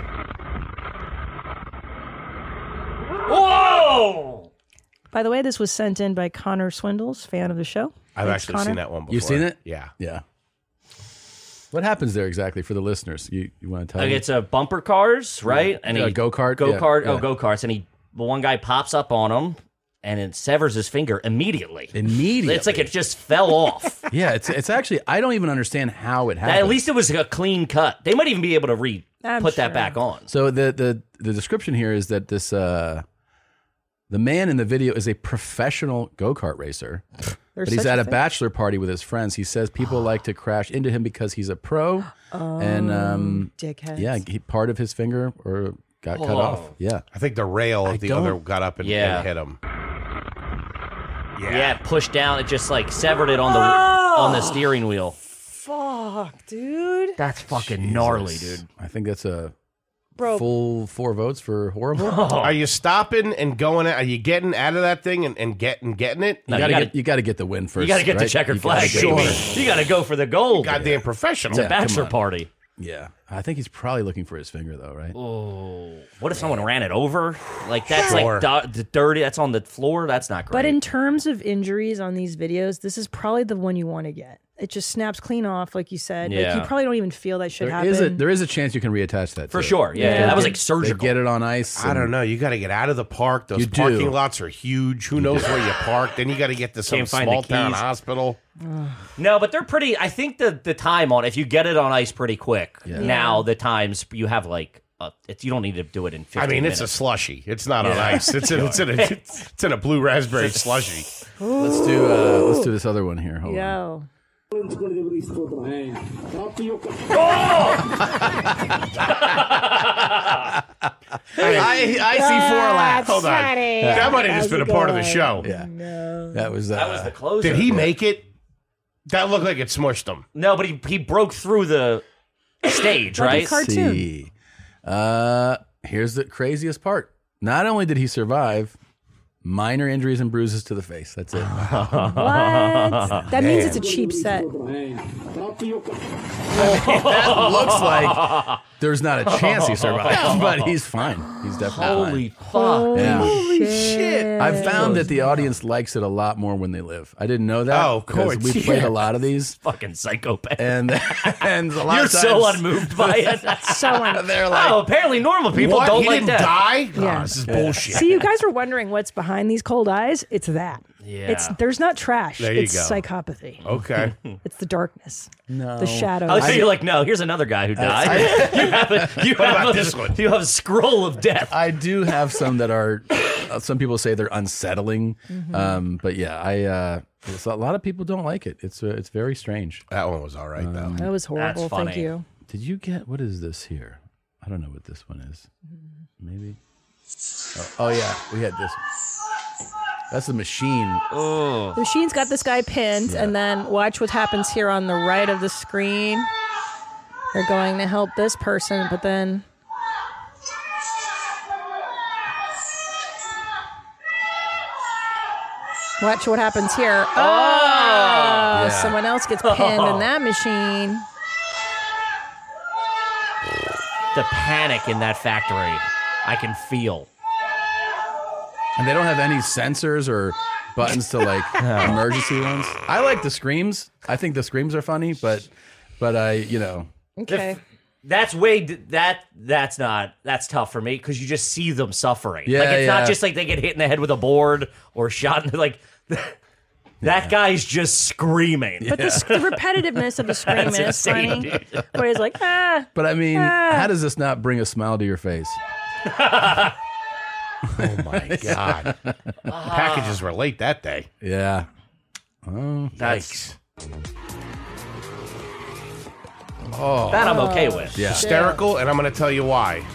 Whoa! by the way, this was sent in by Connor Swindles, fan of the show. I've Thanks, actually Connor. seen that one before. You've seen it? Yeah. Yeah. What happens there exactly for the listeners? You you want to tell? Like me? it's a bumper cars, right? Yeah. Yeah, go-kart, go kart, yeah, oh yeah. go karts, and he the one guy pops up on him and it severs his finger immediately. Immediately. It's like it just fell off. yeah, it's it's actually I don't even understand how it happened. At least it was a clean cut. They might even be able to re I'm put sure. that back on. So the the the description here is that this uh the man in the video is a professional go-kart racer. but There's he's such at a a thing. bachelor party with his friends. He says people like to crash into him because he's a pro Oh, and um dickheads. Yeah, he, part of his finger or got cut Oh. off. Yeah. I think the rail of the don't- other got up and, Yeah. and hit him. Yeah. it pushed down. It just like severed it on the on the steering wheel. Fuck, dude. That's fucking gnarly, dude. I think that's a Bro. Full four votes for Oh, horrible. Are you stopping and going? Are you getting out of that thing and, and getting getting it? you gotta, get you gotta get the win first. you got to get the right? checkered You gotta flag, get baby. it. You got to go for the gold. Goddamn professional. It's a Yeah, come bachelor on. party. Yeah, I think he's probably looking for his finger though, right? Oh, what if someone ran it over? Like that's Sure. like do- d- dirty. That's on the floor. That's not great. But in terms of injuries on these videos, this is probably the one you want to get. It just snaps clean off, like you said. Like Yeah. you probably don't even feel that shit There happen. is a there is a chance you can reattach that For too. sure, yeah, Yeah. that was, like, They surgical. Get it on ice. I don't know. You got to get out of the park. Those You do. parking lots are huge. Who knows where you parked? Then you got to get to some Can't find the small town keys. hospital. no, but they're pretty. I think the the time on if you get it on ice pretty quick. Now the times you have like uh, it's, you don't need to do it in. 15 I mean, it's a minutes. slushy. It's not on Yeah. ice. It's in, it's in a it's, in a blue raspberry slushy. Let's do uh, let's do this other one here. Hold on. Yo. I, I see four laps. Hold on. That might have just been a part of the show. Yeah, that was uh, that was the closer. Did he make it? That looked like it smushed him. No, but he he broke through the stage, Let's right? see. Uh, here's the craziest part. Not only did he survive, minor injuries and bruises to the face. That's it. What? That means it's a Man. cheap set. that looks like there's not a chance he survives, but he's fine. He's Holy definitely fuck. fine. Yeah. shit. I found that the audience likes it a lot more when they live. I didn't know that. Oh, of 'cause course, We played yeah. a lot of these, fucking psychopath. and and a lot You're of times, so unmoved by it. so un- They're like, oh, apparently normal people What? don't He like didn't that. die? Yeah. this is bullshit. See, you guys were wondering what's behind these cold eyes. It's that. Yeah. It's there's not trash. There you it's go. psychopathy. Okay. It's the darkness. Oh. No. The shadows. I was thinking, like, no, here's another guy who died. you have, a, you What have about a- this one? You have a scroll of death. I do have some that are. uh, some people say they're unsettling, Mhm. um, but yeah, I. Uh, it's- a lot of people don't like it. It's uh, it's very strange. That one was all right though. That was horrible. Thank funny. you. Did you get what is this here? I don't know what this one is. Maybe. Oh, oh, yeah, we had this. one. That's the machine. Oh. The machine's got this guy pinned, Yeah. and then watch what happens here on the right of the screen. They're going to help this person, but then watch what happens here. Oh, Yeah. someone else gets pinned in that machine. The panic in that factory, I can feel. And they don't have any sensors or buttons to like emergency ones. I like the screams. I think the screams are funny, but but I, you know, Okay. That's way d- that that's not that's tough for me because you just see them suffering. Yeah, like it's yeah. not just like they get hit in the head with a board or shot. in the- Like that guy's just screaming. But the, sc- the repetitiveness of the screaming That's is insane, funny. dude. Where he's like, ah. But I mean, Ah. how does this not bring a smile to your face? Uh, oh my god. Packages were late that day. Ah. Yeah. Oh. That's Oh. That I'm okay with. Yeah. Hysterical, and I'm going to tell you why.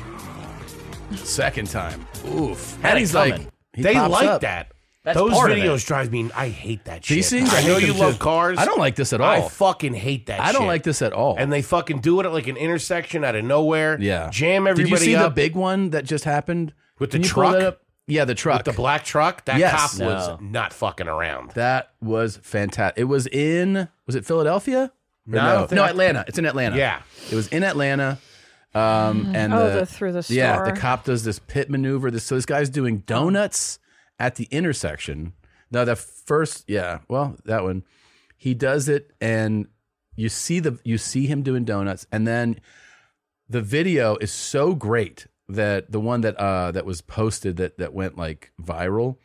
Second time. Oof. Had And it he's coming. like, he they pops like up. that. That's Those part of videos it. drive me. I hate that shit. These things, I know hate you them love too. cars. I don't like this at all. I fucking hate that. I don't shit. like this at all. And they fucking do it at like an intersection out of nowhere. Yeah. jam everybody. Did you see up. the big one that just happened with the truck? Yeah, the truck. the black truck? That Yes. cop No. was not fucking around. That was fantastic. It was in was it Philadelphia? Or No, I don't think- no, Atlanta. It's in Atlanta. Yeah. it was in Atlanta. Um, and Oh, the- through the yeah, store. the cop does this pit maneuver. This so this guy's doing donuts at the intersection. Now the first, yeah, well that one, he does it, and you see the you see him doing donuts, and then the video is so great that the one that uh that was posted that that went like viral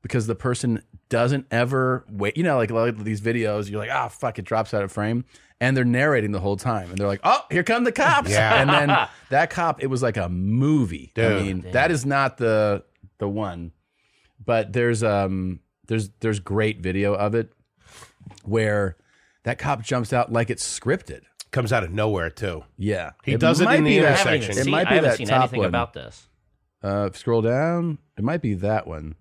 because the person doesn't ever wait you know like a lot of these videos you're like ah fuck it drops out of frame and they're narrating the whole time and they're like oh here come the cops Yeah. and then that cop it was like a movie i Dude. mean that is not the the one but there's um there's there's great video of it where that cop jumps out like it's scripted Comes out of nowhere too. Yeah, He does it in the be that- intersection. It might be I haven't that seen top anything one. about this. Uh, scroll down. It might be that one,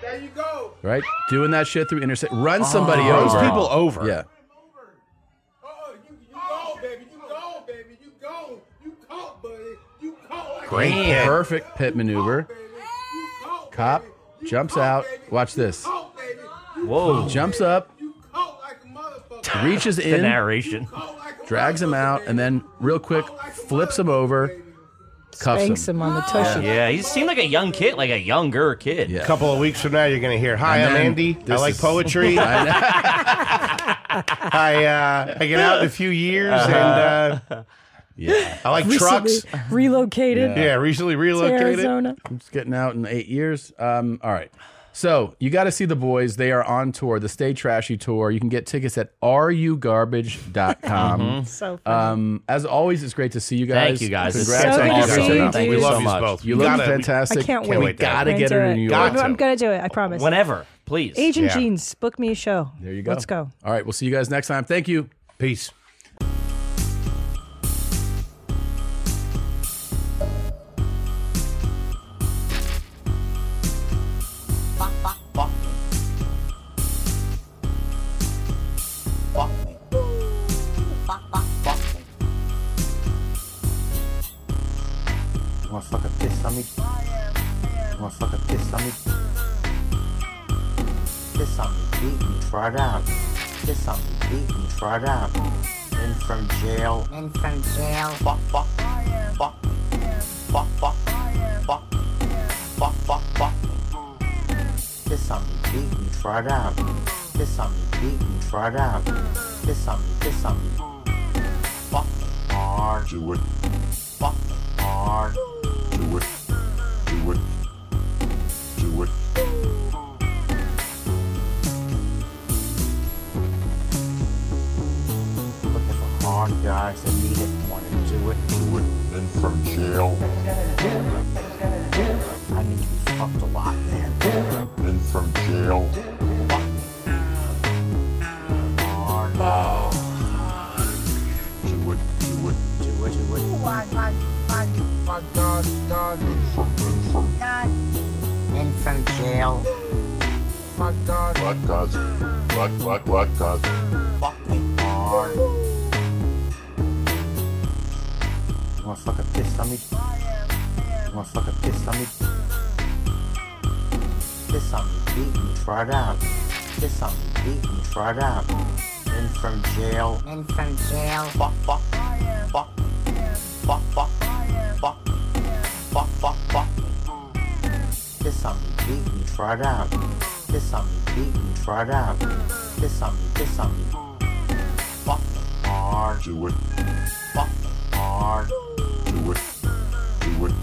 there you go. right? Doing that shit through intersect. Run Oh, somebody Runs over. people over. Yeah. You go, baby. You go, baby. You Great hit. Perfect pit maneuver. Cop jumps out. Watch this. Whoa. Jumps up. Reaches The in. narration. Drags him out and then real quick flips him over. Cuffs Spanks him. him on the tushy. Yeah, he seemed like a young kid, like a younger kid. Yeah. couple of weeks from now, you're going to hear, "Hi, And I'm then Andy. I this like is- poetry. I I, uh, I get out in a few years, and uh, yeah, I like Recently trucks. relocated. Yeah, recently relocated. Arizona. I'm just getting out in eight years. Um, all right. So you got to see the boys. They are on tour, the Stay Trashy tour. You can get tickets at rugarbage.com. Mhm. So funny. Um, as always, it's great to see you guys. Thank you, guys. It's Congrats so on good all to the see you, stuff. dude. Thank you We so love you much. both. You We look gotta- fantastic. I can't We wait. got to I'm get gonna her do to it. New I'm- York. I'm gonna do it. I promise. Whenever, please. Agent Yeah. Jeans, book me a show. There you go. Let's go. All right. We'll see you guys next time. Thank you. Peace. You wanna suck a piss on me? You wanna suck a piss on me? Piss on me, beat me, try it out. Piss on me, beat me, try it out. In from jail. In from jail. Fuck, fuck, fuck, fuck, fuck, fuck, fuck, fuck, fuck. Piss on me, beat me, try it out. Piss on me, beat me, try it out. Piss on me, piss on me. Fuck me hard. Do it. Fuck me hard. Do it. Do it. Do it. Looking for hard guys that need it, want to do it. Do it. Then from jail. I need to be fucked a lot, man. Then from jail. Fuck me. Hard. Do it. Do it. Do it. Do it. And from jail. Fuck God. Fuck God. Fuck, fuck, fuck God. Fuck me hard. You wanna fuck a piss on me? You wanna fuck a piss on me? Piss on me, beat me, try it out. Piss on me, beat me, try it out. In from jail. In from jail. Fuck, fuck, fuck, fuck, fuck, fuck, fuck, fuck, fuck. Piss on me, beat me, try it out. Piss on me, beat me, try it out. Piss on me, piss on me. Fuck me hard. Do it. Fuck me hard. Do it. Do it.